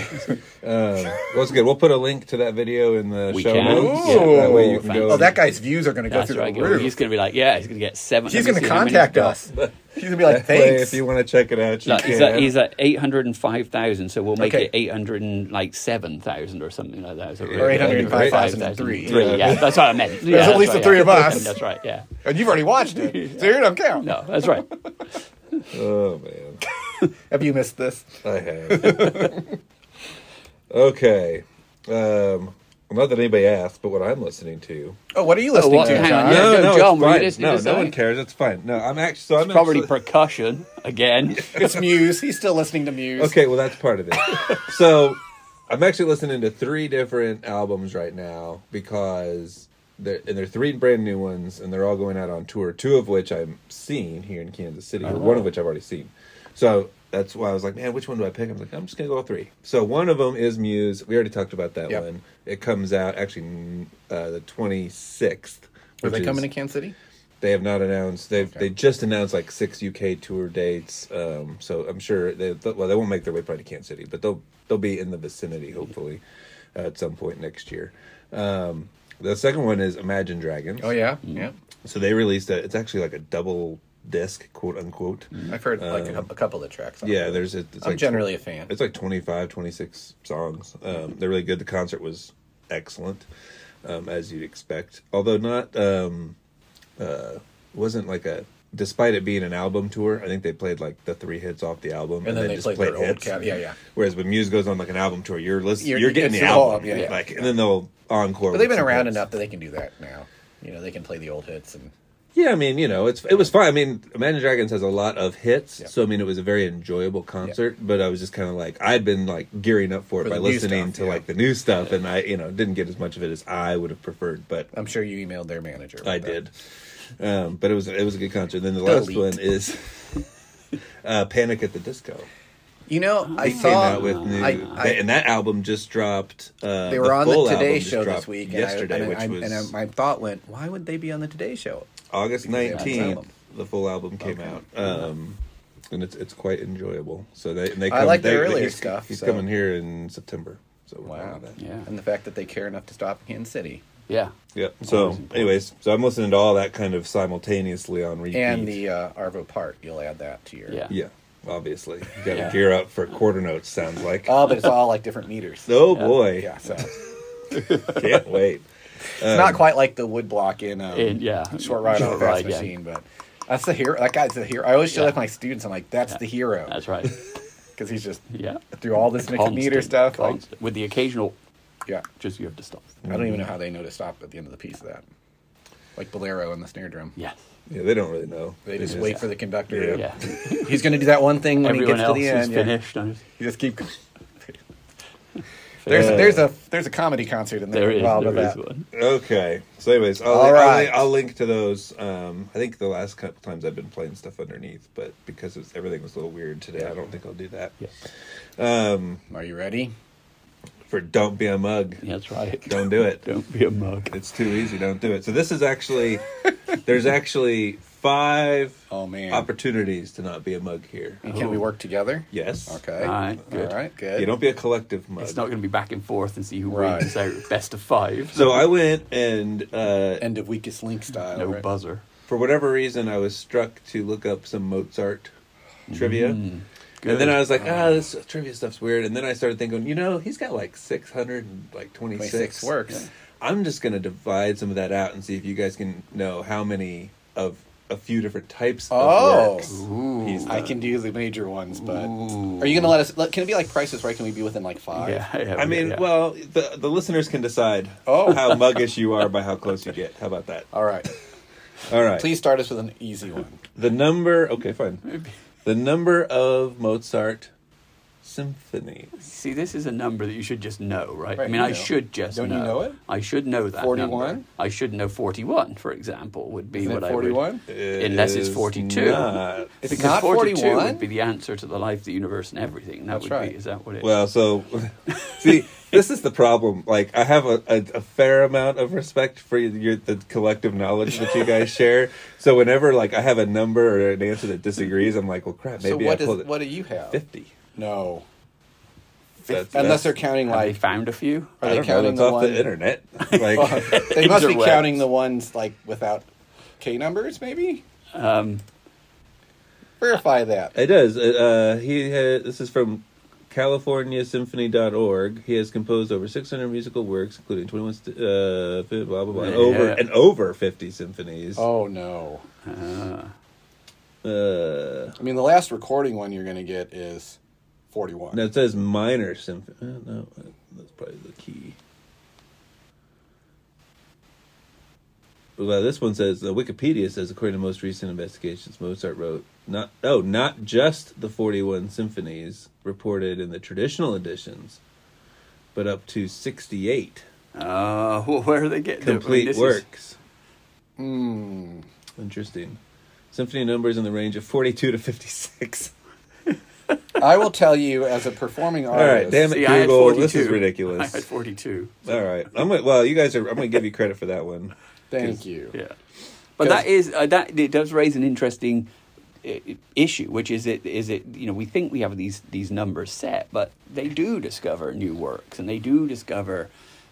Speaker 2: Um, well, it's good. We'll put a link to that video in the
Speaker 4: We
Speaker 2: show
Speaker 4: can.
Speaker 2: notes.
Speaker 4: Yeah.
Speaker 2: That way you can
Speaker 4: Ooh,
Speaker 2: go.
Speaker 3: Oh, that guy's views are going to go
Speaker 4: That's
Speaker 3: through
Speaker 4: right.
Speaker 3: the
Speaker 4: Gil.
Speaker 3: roof.
Speaker 4: He's going to be like, yeah, he's going to get seven.
Speaker 3: He's
Speaker 4: let
Speaker 3: going
Speaker 4: me
Speaker 3: to
Speaker 4: see how many
Speaker 3: contact
Speaker 4: he's got.
Speaker 3: us. He's going to be like,
Speaker 2: that way,
Speaker 3: thanks.
Speaker 2: if you want to check it out, you
Speaker 4: No,
Speaker 2: can.
Speaker 4: he's at, he's at eight hundred and five thousand, so we'll make
Speaker 3: Okay.
Speaker 4: it eight hundred and like seven thousand or something like that. So
Speaker 3: Or
Speaker 2: 805,003.
Speaker 4: Three, Yeah. that's what I meant. Yeah,
Speaker 3: at
Speaker 4: that's
Speaker 3: least
Speaker 4: right,
Speaker 3: the three
Speaker 4: yeah.
Speaker 3: of us.
Speaker 4: That's right. Yeah.
Speaker 3: And you've already watched it, so you don't count.
Speaker 4: No, that's right.
Speaker 2: oh man,
Speaker 3: Have you missed this?
Speaker 2: I have. okay, um, well, not that anybody asked, but what I'm listening to.
Speaker 3: Oh, what are you listening
Speaker 4: what-
Speaker 3: to,
Speaker 4: hang
Speaker 3: John?
Speaker 4: on, yeah.
Speaker 2: no,
Speaker 4: no,
Speaker 2: no,
Speaker 4: John,
Speaker 2: it's
Speaker 4: were you
Speaker 2: fine.
Speaker 4: listening
Speaker 2: no,
Speaker 4: to
Speaker 2: no one
Speaker 4: something?
Speaker 2: cares. It's fine. No, I'm actually. So I'm
Speaker 4: Probably
Speaker 2: actually,
Speaker 4: percussion again.
Speaker 3: It's Muse. He's still listening to Muse.
Speaker 2: Okay, well that's part of it. so I'm actually listening to three different albums right now because they're and they're three brand new ones and they're all going out on tour. Two of which I'm seeing here in Kansas City,
Speaker 3: Oh,
Speaker 2: or one of which I've already seen. So that's why I was like, man, which one do I pick? I'm like, I'm just gonna go all three. So one of them is Muse. We already talked about that
Speaker 3: Yep.
Speaker 2: one. It comes out actually mm, uh, the 26th.
Speaker 3: Are they
Speaker 2: which
Speaker 3: coming
Speaker 2: is-
Speaker 3: to Kansas City?
Speaker 2: they have not announced. They've they just announced like six UK tour dates. Um, so I'm sure they th- well they won't make their way probably to Kansas City, but they'll they'll be in the vicinity hopefully uh, at some point next year. Um, the second one is Imagine Dragons.
Speaker 3: Oh yeah,
Speaker 2: Mm-hmm.
Speaker 3: yeah.
Speaker 2: So they released a, it's actually like a double disc quote unquote.
Speaker 3: I've heard like a, a couple of tracks. on
Speaker 2: Um, Yeah,
Speaker 3: it.
Speaker 2: there's it- it's
Speaker 3: Mm-hmm. I'm
Speaker 2: like
Speaker 3: generally a fan.
Speaker 2: it's like 25, 26 songs. Um, they're really good. The concert was excellent, um, as you'd expect. Although not, um, uh, wasn't like a. Despite it being an album tour, I think they played like the three hits off the album, and,
Speaker 3: then they played their old
Speaker 2: hits.
Speaker 3: cat- yeah, yeah.
Speaker 2: Whereas when Muse goes on like an album tour, you're listening,
Speaker 3: You're-
Speaker 2: you're, getting
Speaker 3: it's
Speaker 2: the
Speaker 3: the
Speaker 2: album,
Speaker 3: album, yeah, yeah.
Speaker 2: like, and then they'll encore.
Speaker 3: But they've
Speaker 2: with
Speaker 3: been
Speaker 2: some
Speaker 3: around
Speaker 2: hits.
Speaker 3: enough that they can do that now. You know, they can play the old hits and
Speaker 2: Yeah, I mean, you know, it's it was fun. I mean, Imagine Dragons has a lot of hits,
Speaker 3: Yeah.
Speaker 2: so I mean, it was a very enjoyable concert. But I was just kind of like, I'd been like gearing up for it
Speaker 3: For
Speaker 2: by
Speaker 3: the new
Speaker 2: listening
Speaker 3: stuff,
Speaker 2: to
Speaker 3: yeah.
Speaker 2: like the new stuff, and I, you know, didn't get as much of it as I would have preferred, but
Speaker 3: I'm sure you emailed their manager.
Speaker 2: I
Speaker 3: about that.
Speaker 2: did. Um, but it was it was a good concert. Then the
Speaker 3: Delete.
Speaker 2: last one is uh, Panic at the Disco.
Speaker 3: You know, I
Speaker 2: They came
Speaker 3: saw
Speaker 2: out with new,
Speaker 3: I, I-
Speaker 2: and that album just dropped. Uh,
Speaker 3: they were on
Speaker 2: full
Speaker 3: the
Speaker 2: album
Speaker 3: Today
Speaker 2: just
Speaker 3: Show this
Speaker 2: dropped
Speaker 3: week and I-
Speaker 2: yesterday,
Speaker 3: and, I,
Speaker 2: which
Speaker 3: and,
Speaker 2: was
Speaker 3: I- and I- my thought went, why would they be on the Today Show?
Speaker 2: August
Speaker 3: Because they had an
Speaker 2: nineteenth,
Speaker 3: album.
Speaker 2: the full album came out, um, and it's it's quite enjoyable. So they and they
Speaker 3: I
Speaker 2: come,
Speaker 3: like
Speaker 2: they,
Speaker 3: their earlier
Speaker 2: he's-
Speaker 3: stuff,
Speaker 2: He's
Speaker 3: so-
Speaker 2: coming here in September. So we're
Speaker 3: Wow.
Speaker 2: doing that.
Speaker 4: Yeah.
Speaker 3: And the fact that they care enough to stop in Kansas City
Speaker 4: yeah.
Speaker 2: Yep. So, anyways, so I'm listening to all that kind of simultaneously on repeat.
Speaker 3: and the uh, Arvo part, you'll add that to your.
Speaker 4: Yeah.
Speaker 2: yeah, obviously, you got to
Speaker 4: Yeah.
Speaker 2: gear up for quarter notes. Sounds like.
Speaker 3: Oh, but it's all like different meters.
Speaker 2: oh boy,
Speaker 3: Yeah, so it's
Speaker 2: can't wait. Um,
Speaker 3: not quite like the wood block in, um,
Speaker 4: In- yeah.
Speaker 3: short ride on a
Speaker 4: Short
Speaker 3: fast
Speaker 4: Ride, yeah.
Speaker 3: machine, but. That's the hero. That guy's the hero. I always show
Speaker 4: Yeah.
Speaker 3: that to my students. I'm like, "That's the hero,"
Speaker 4: That's right.
Speaker 3: because he's just
Speaker 4: Yeah.
Speaker 3: through all this
Speaker 4: Constant,
Speaker 3: meter stuff. Like,
Speaker 4: constant. with the occasional,
Speaker 3: yeah,
Speaker 4: just you have to stop.
Speaker 3: I don't even
Speaker 4: Mm-hmm.
Speaker 3: know how they know to stop at the end of the piece of that, like Bolero and the snare drum.
Speaker 4: Yes.
Speaker 2: Yeah, they don't really know.
Speaker 3: They just wait for the conductor.
Speaker 4: Yeah.
Speaker 3: He's going to do that one thing when
Speaker 4: Everyone
Speaker 3: he gets to
Speaker 4: else
Speaker 3: the
Speaker 4: is
Speaker 3: end. yeah.
Speaker 4: finished. and-
Speaker 3: You just keep. there's there's a there's a comedy concert in there.
Speaker 4: There is.
Speaker 3: involved with
Speaker 4: there is
Speaker 3: that.
Speaker 4: one.
Speaker 2: Okay. So, anyways, I'll,
Speaker 3: All
Speaker 2: I'll-
Speaker 3: right.
Speaker 2: I'll, link to those. Um, I think the last couple times I've been playing stuff underneath, but because it was, everything was a little weird today, I don't think I'll do that.
Speaker 4: Yeah.
Speaker 3: Are you ready?
Speaker 2: For don't be a mug,
Speaker 4: That's right.
Speaker 2: don't do it.
Speaker 4: Don't be a mug.
Speaker 2: It's too easy. Don't do it. So this is actually there's actually five
Speaker 3: Oh, man.
Speaker 2: opportunities to not be a mug here.
Speaker 3: And can we work together?
Speaker 2: Yes.
Speaker 3: Okay.
Speaker 4: Oh. All right, good.
Speaker 3: All right. Good.
Speaker 2: You don't be a collective mug.
Speaker 4: It's not going to be back and forth and see who
Speaker 3: Right.
Speaker 4: wins out best of five.
Speaker 2: so I went and uh,
Speaker 3: End of weakest link style.
Speaker 4: no
Speaker 3: right?
Speaker 4: buzzer.
Speaker 2: for whatever reason, I was struck to look up some Mozart trivia.
Speaker 4: Mm, good. Oh.
Speaker 2: And then I was like, ah, this trivia stuff's weird. And then I started thinking, you know, he's got like 600 and like 26,
Speaker 3: 26 works.
Speaker 2: I'm just gonna divide some of that out and see if you guys can know how many of a few different types of
Speaker 6: Oh.
Speaker 2: works he's
Speaker 6: I
Speaker 2: done.
Speaker 6: can do the major ones, but
Speaker 3: Are you gonna let us? let- Can it be like prices right? Can we be within like five?
Speaker 4: Yeah, yeah,
Speaker 2: I mean,
Speaker 4: yeah.
Speaker 2: well, the the listeners can decide
Speaker 6: Oh.
Speaker 2: how muggish you are by how close you get. How about that?
Speaker 6: all right.
Speaker 2: All right.
Speaker 6: Please start us with an easy one.
Speaker 2: The number. Okay, fine. The number of Mozart symphonies.
Speaker 4: See, this is a number that you should just know, right?
Speaker 6: Right,
Speaker 4: I mean,
Speaker 6: you
Speaker 4: I
Speaker 6: know.
Speaker 4: should just
Speaker 6: Don't you
Speaker 4: know.
Speaker 6: know it?
Speaker 4: I should know that
Speaker 6: 41?
Speaker 4: number. I should know 41, for example, would be
Speaker 6: Isn't it
Speaker 4: what I
Speaker 6: 41?
Speaker 4: would... Unless it's
Speaker 2: Is
Speaker 4: 42.
Speaker 2: not.
Speaker 6: It's
Speaker 4: because
Speaker 6: not
Speaker 4: 42
Speaker 6: 41?
Speaker 4: would be the answer to the life, the universe, and everything. That
Speaker 6: That's
Speaker 4: would
Speaker 6: right.
Speaker 4: be... Is that what it is?
Speaker 2: Well, so see, this is the problem. Like, I have a, a, a fair amount of respect for your the collective knowledge that you guys share. So whenever like I have a number or an answer that disagrees, I'm like, well, crap,
Speaker 6: So
Speaker 2: maybe
Speaker 6: what
Speaker 2: I
Speaker 6: does
Speaker 2: pulled it
Speaker 6: what do you have?
Speaker 2: fifty.
Speaker 6: No,
Speaker 2: That's-
Speaker 6: unless
Speaker 2: that's-
Speaker 6: they're counting
Speaker 4: Have they
Speaker 6: like
Speaker 4: found a few?
Speaker 6: are
Speaker 2: I
Speaker 6: they
Speaker 2: don't know,
Speaker 6: counting
Speaker 2: it's
Speaker 6: the
Speaker 2: off
Speaker 6: one?
Speaker 2: the internet. Like,
Speaker 6: They must be
Speaker 4: Interwebs.
Speaker 6: counting the ones like without K numbers, maybe.
Speaker 4: Um,
Speaker 6: Verify that.
Speaker 2: It does. Uh, he ha this is from CaliforniaSymphony.org. He has composed over 600 musical works, including 21 st- uh, fi- blah blah blah, and
Speaker 4: Yeah.
Speaker 2: over and over 50 symphonies.
Speaker 6: Oh no!
Speaker 2: Uh,
Speaker 6: I mean, the last recording one you're going to get is forty-one.
Speaker 2: now it says minor symphony. Uh, no, that's probably the key. Well, this one says uh, Wikipedia says according to most recent investigations, Mozart wrote not oh not just the 41 symphonies reported in the traditional editions, but up to 68
Speaker 4: uh, well, where are they getting it? I mean,
Speaker 2: complete
Speaker 4: this is-
Speaker 2: works. Interesting. Symphony numbers in the range of 42 to 56.
Speaker 6: I will tell you as a performing
Speaker 2: All
Speaker 6: artist.
Speaker 2: right, damn it,
Speaker 4: See, I had
Speaker 2: Google.
Speaker 4: 42.
Speaker 2: This is
Speaker 4: I
Speaker 2: ridiculous.
Speaker 4: had 42.
Speaker 2: All right, I'm gonna, well, you guys are. I'm going to give you credit for that one.
Speaker 6: Thank you.
Speaker 4: Yeah, but that is uh, that it does raise an interesting i- i- issue, which is it is it you know we think we have these these numbers set, but they do discover new works and they do discover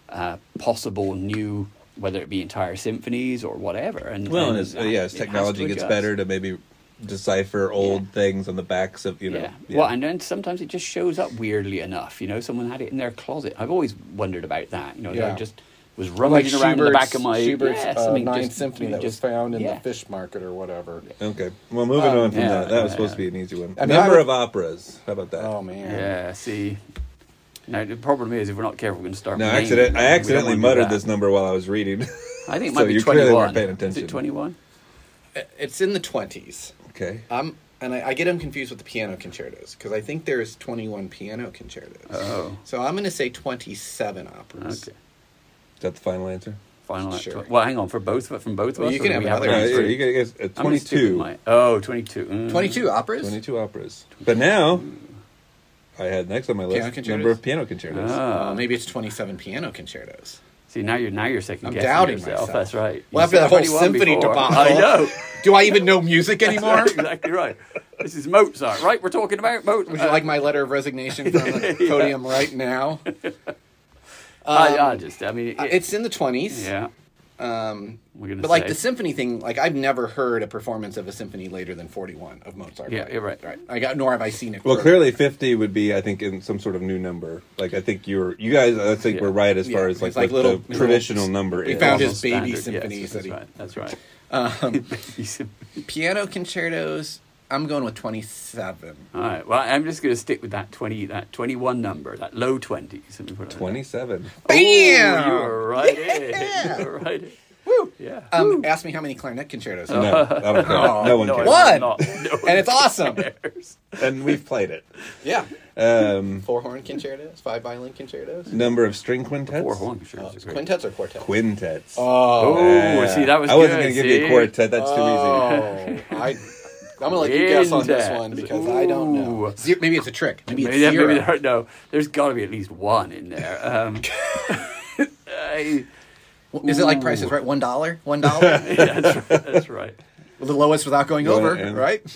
Speaker 4: uh, possible new whether it be entire symphonies or whatever. And
Speaker 2: Well, and
Speaker 4: and,
Speaker 2: as,
Speaker 4: uh,
Speaker 2: uh, yeah, as
Speaker 4: it has
Speaker 2: technology
Speaker 4: to
Speaker 2: gets
Speaker 4: adjust.
Speaker 2: better to maybe decipher old
Speaker 4: Yeah.
Speaker 2: things on the backs of you know.
Speaker 4: Yeah. Well, and then sometimes it just shows up weirdly enough. You know, someone had it in their closet. I've always wondered about that. You know,
Speaker 6: Yeah.
Speaker 4: I just was
Speaker 6: Like
Speaker 4: rummaging around in the
Speaker 6: Schubert's-
Speaker 4: back of my
Speaker 6: Schubert's
Speaker 4: yes,
Speaker 6: uh,
Speaker 4: I mean,
Speaker 6: Ninth
Speaker 4: just-
Speaker 6: Symphony
Speaker 4: you
Speaker 6: that was
Speaker 4: just-
Speaker 6: found in
Speaker 4: yeah.
Speaker 6: the fish market or whatever.
Speaker 2: okay. Well, moving on from
Speaker 4: Um, yeah,
Speaker 2: that. That was
Speaker 4: yeah,
Speaker 2: supposed to
Speaker 4: yeah.
Speaker 2: be an easy one.
Speaker 6: I mean, I
Speaker 2: Number
Speaker 6: would-
Speaker 2: of operas. How about that?
Speaker 6: Oh man!
Speaker 3: Um,
Speaker 4: Yeah, see. Now the problem is if we're not careful, we're going to start.
Speaker 2: no,
Speaker 4: naming
Speaker 2: accident. I
Speaker 4: them. We don't
Speaker 2: accidentally
Speaker 4: wanna do
Speaker 2: muttered
Speaker 4: that.
Speaker 2: this number while I was reading.
Speaker 4: I think it
Speaker 2: so
Speaker 4: might be
Speaker 2: you clearly
Speaker 4: twenty-one.
Speaker 2: weren't paying
Speaker 4: Is
Speaker 2: attention.
Speaker 4: it twenty-one?
Speaker 3: It's in the twenties.
Speaker 2: Okay.
Speaker 3: Um, and I, I get them confused with the piano concertos because I think there's 21 piano concertos.
Speaker 4: Oh.
Speaker 3: So I'm going to say 27 operas.
Speaker 4: Okay.
Speaker 2: Is that the final answer?
Speaker 4: Final.
Speaker 3: Sure.
Speaker 4: act- Well, hang on. For both of- from both of
Speaker 3: Well,
Speaker 4: us,
Speaker 3: you
Speaker 4: or
Speaker 3: can
Speaker 4: do
Speaker 3: have another
Speaker 4: we to
Speaker 2: Yeah,
Speaker 3: one.
Speaker 4: go
Speaker 2: you gotta
Speaker 4: through?
Speaker 2: guess, uh,
Speaker 4: I'm gonna stick with
Speaker 2: 22.
Speaker 4: my- oh, 22. Mm.
Speaker 3: 22 operas.
Speaker 2: 22 operas. But now, I had next on my
Speaker 3: Piano
Speaker 2: list number
Speaker 3: concertos?
Speaker 2: of piano concertos.
Speaker 4: Ah.
Speaker 3: Uh, maybe it's 27 piano concertos.
Speaker 4: See now you're now you're second
Speaker 3: I'm
Speaker 4: guessing
Speaker 3: doubting
Speaker 4: yourself.
Speaker 3: myself.
Speaker 4: That's right.
Speaker 3: Well,
Speaker 4: You
Speaker 3: after
Speaker 4: said
Speaker 3: that whole
Speaker 4: 21
Speaker 3: symphony
Speaker 4: before.
Speaker 3: debacle,
Speaker 4: I know.
Speaker 3: do I even know music anymore?
Speaker 4: That's exactly right. This is Mozart, right? We're talking about Mozart.
Speaker 3: Would you like my letter of resignation from the podium right now?
Speaker 4: Uh, I, I just, I mean, it,
Speaker 3: um, uh, It's in the 20s.
Speaker 4: yeah.
Speaker 3: Um,
Speaker 4: We're gonna
Speaker 3: but like
Speaker 4: say-
Speaker 3: the symphony thing, like I've never heard a performance of a symphony later than 41 of Mozart.
Speaker 4: Yeah, you're right.
Speaker 3: Right. I got, nor have I seen it.
Speaker 2: Well, clearly 50 would be, I think, in some sort of new number. Like, I think you're, you guys, I think
Speaker 4: Yeah.
Speaker 2: were right as
Speaker 3: Yeah,
Speaker 2: far as like,
Speaker 3: it's like
Speaker 2: what
Speaker 3: little-
Speaker 2: the traditional number
Speaker 3: we
Speaker 2: is.
Speaker 3: found his
Speaker 4: Almost
Speaker 3: baby
Speaker 4: standard.
Speaker 3: symphonies
Speaker 4: Yes,
Speaker 3: that
Speaker 4: that's
Speaker 3: he- Um,
Speaker 4: right. That's right. Baby symphony.
Speaker 3: Piano concertos, I'm going with 27.
Speaker 4: All right. Well, I'm just going to stick with that twenty, that twenty-one number, that low twenties.
Speaker 2: 27.
Speaker 3: Bam!
Speaker 4: Oh, You were right. in. You were right. in. Yeah.
Speaker 3: Um, ask me how many clarinet concertos.
Speaker 4: Uh-huh.
Speaker 3: you
Speaker 2: No, I
Speaker 3: know.
Speaker 2: don't care.
Speaker 3: Oh,
Speaker 2: no one
Speaker 4: No,
Speaker 2: cares.
Speaker 4: I'm
Speaker 3: One!
Speaker 4: not. No one
Speaker 3: And it's awesome.
Speaker 4: cares.
Speaker 2: And we've played it.
Speaker 3: Yeah.
Speaker 2: Um,
Speaker 3: Four horn concertos, five violin concertos.
Speaker 2: number of string quintets?
Speaker 4: Four horn sure.
Speaker 3: Uh, quintets or quartets?
Speaker 2: Quintets. Uh,
Speaker 6: Oh,
Speaker 4: Oh, see, that was.
Speaker 2: I wasn't
Speaker 4: going
Speaker 2: gonna
Speaker 4: to
Speaker 2: give you a quartet. That's too easy.
Speaker 6: oh! I I'm gonna let you guess on this one because I don't know.
Speaker 3: Zero, maybe it's a trick. Maybe it's
Speaker 4: Maybe, that-
Speaker 3: zero.
Speaker 4: maybe there, no, there's got to be at least one in there. Um, I-
Speaker 3: Is it like prices right? One dollar? One dollar?
Speaker 4: yeah, that's right. That's right.
Speaker 3: the lowest without going
Speaker 2: Well,
Speaker 3: over,
Speaker 2: and-
Speaker 3: right?
Speaker 4: uh,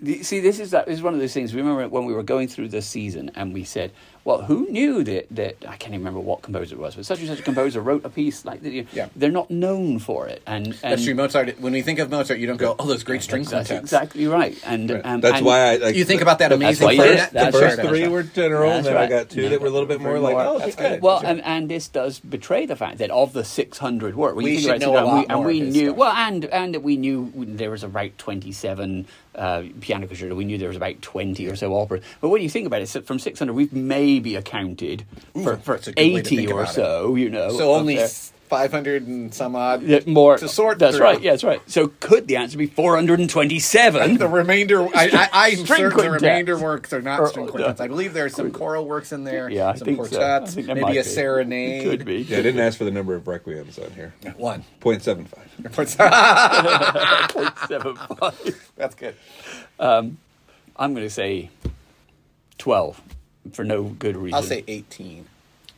Speaker 4: The- See, this is that. This is one of those things. Remember when we were going through the season and we said, well, who knew that, that I can't even remember what composer it was, but such and such a composer wrote a piece like that.
Speaker 7: Yeah.
Speaker 4: They're not known for it. And, and
Speaker 3: That's true. Mozart. When we think of Mozart, you don't go, "Oh, those great string
Speaker 4: That's
Speaker 3: quintets."
Speaker 4: exactly right. And um,
Speaker 2: that's
Speaker 4: and-
Speaker 2: why I like.
Speaker 3: You think about that amazing
Speaker 4: why you did it.
Speaker 3: clarinet
Speaker 2: The
Speaker 4: That's
Speaker 2: first
Speaker 4: right,
Speaker 2: three
Speaker 4: that's
Speaker 2: were general,
Speaker 4: That's
Speaker 2: and then I
Speaker 4: right.
Speaker 2: got two that were a little bit more like, oh, that's good.
Speaker 4: Well, and, and this does betray the fact that of the 600 work, when
Speaker 3: We
Speaker 4: you think
Speaker 3: should
Speaker 4: about
Speaker 3: know a
Speaker 4: it,
Speaker 3: lot
Speaker 4: and
Speaker 3: more
Speaker 4: we,
Speaker 3: of
Speaker 4: and we
Speaker 3: his
Speaker 4: knew
Speaker 3: stuff.
Speaker 4: well, and and that we knew there was about 27 uh, piano concerto. We knew there was about 20 or so operas. But when you think about it, so from 600, we've maybe accounted for, for
Speaker 3: that's a good way to
Speaker 4: 80
Speaker 3: think
Speaker 4: or
Speaker 3: about it.
Speaker 4: so. You know,
Speaker 3: So
Speaker 4: of
Speaker 3: only
Speaker 4: their-
Speaker 3: five hundred and some odd
Speaker 4: that more
Speaker 3: to sort.
Speaker 4: That's
Speaker 3: through.
Speaker 4: right. Yeah, that's right. So could the answer be 427?
Speaker 3: The remainder, I, I, I'm
Speaker 4: String
Speaker 3: certain the
Speaker 4: quintets.
Speaker 3: remainder works are not
Speaker 4: Or-
Speaker 3: string
Speaker 4: or-
Speaker 3: quintets. I believe there are some choral works in there,
Speaker 4: yeah, I
Speaker 3: some
Speaker 4: think so. I
Speaker 3: quartets,
Speaker 4: think that might
Speaker 3: maybe a
Speaker 4: be.
Speaker 3: serenade.
Speaker 4: Could be.
Speaker 2: yeah, I didn't ask for the number of requiems on here.
Speaker 3: One.
Speaker 2: 0.75.
Speaker 4: Seven, five.
Speaker 3: That's good.
Speaker 4: I'm going to say 12 for no good reason.
Speaker 3: I'll say 18.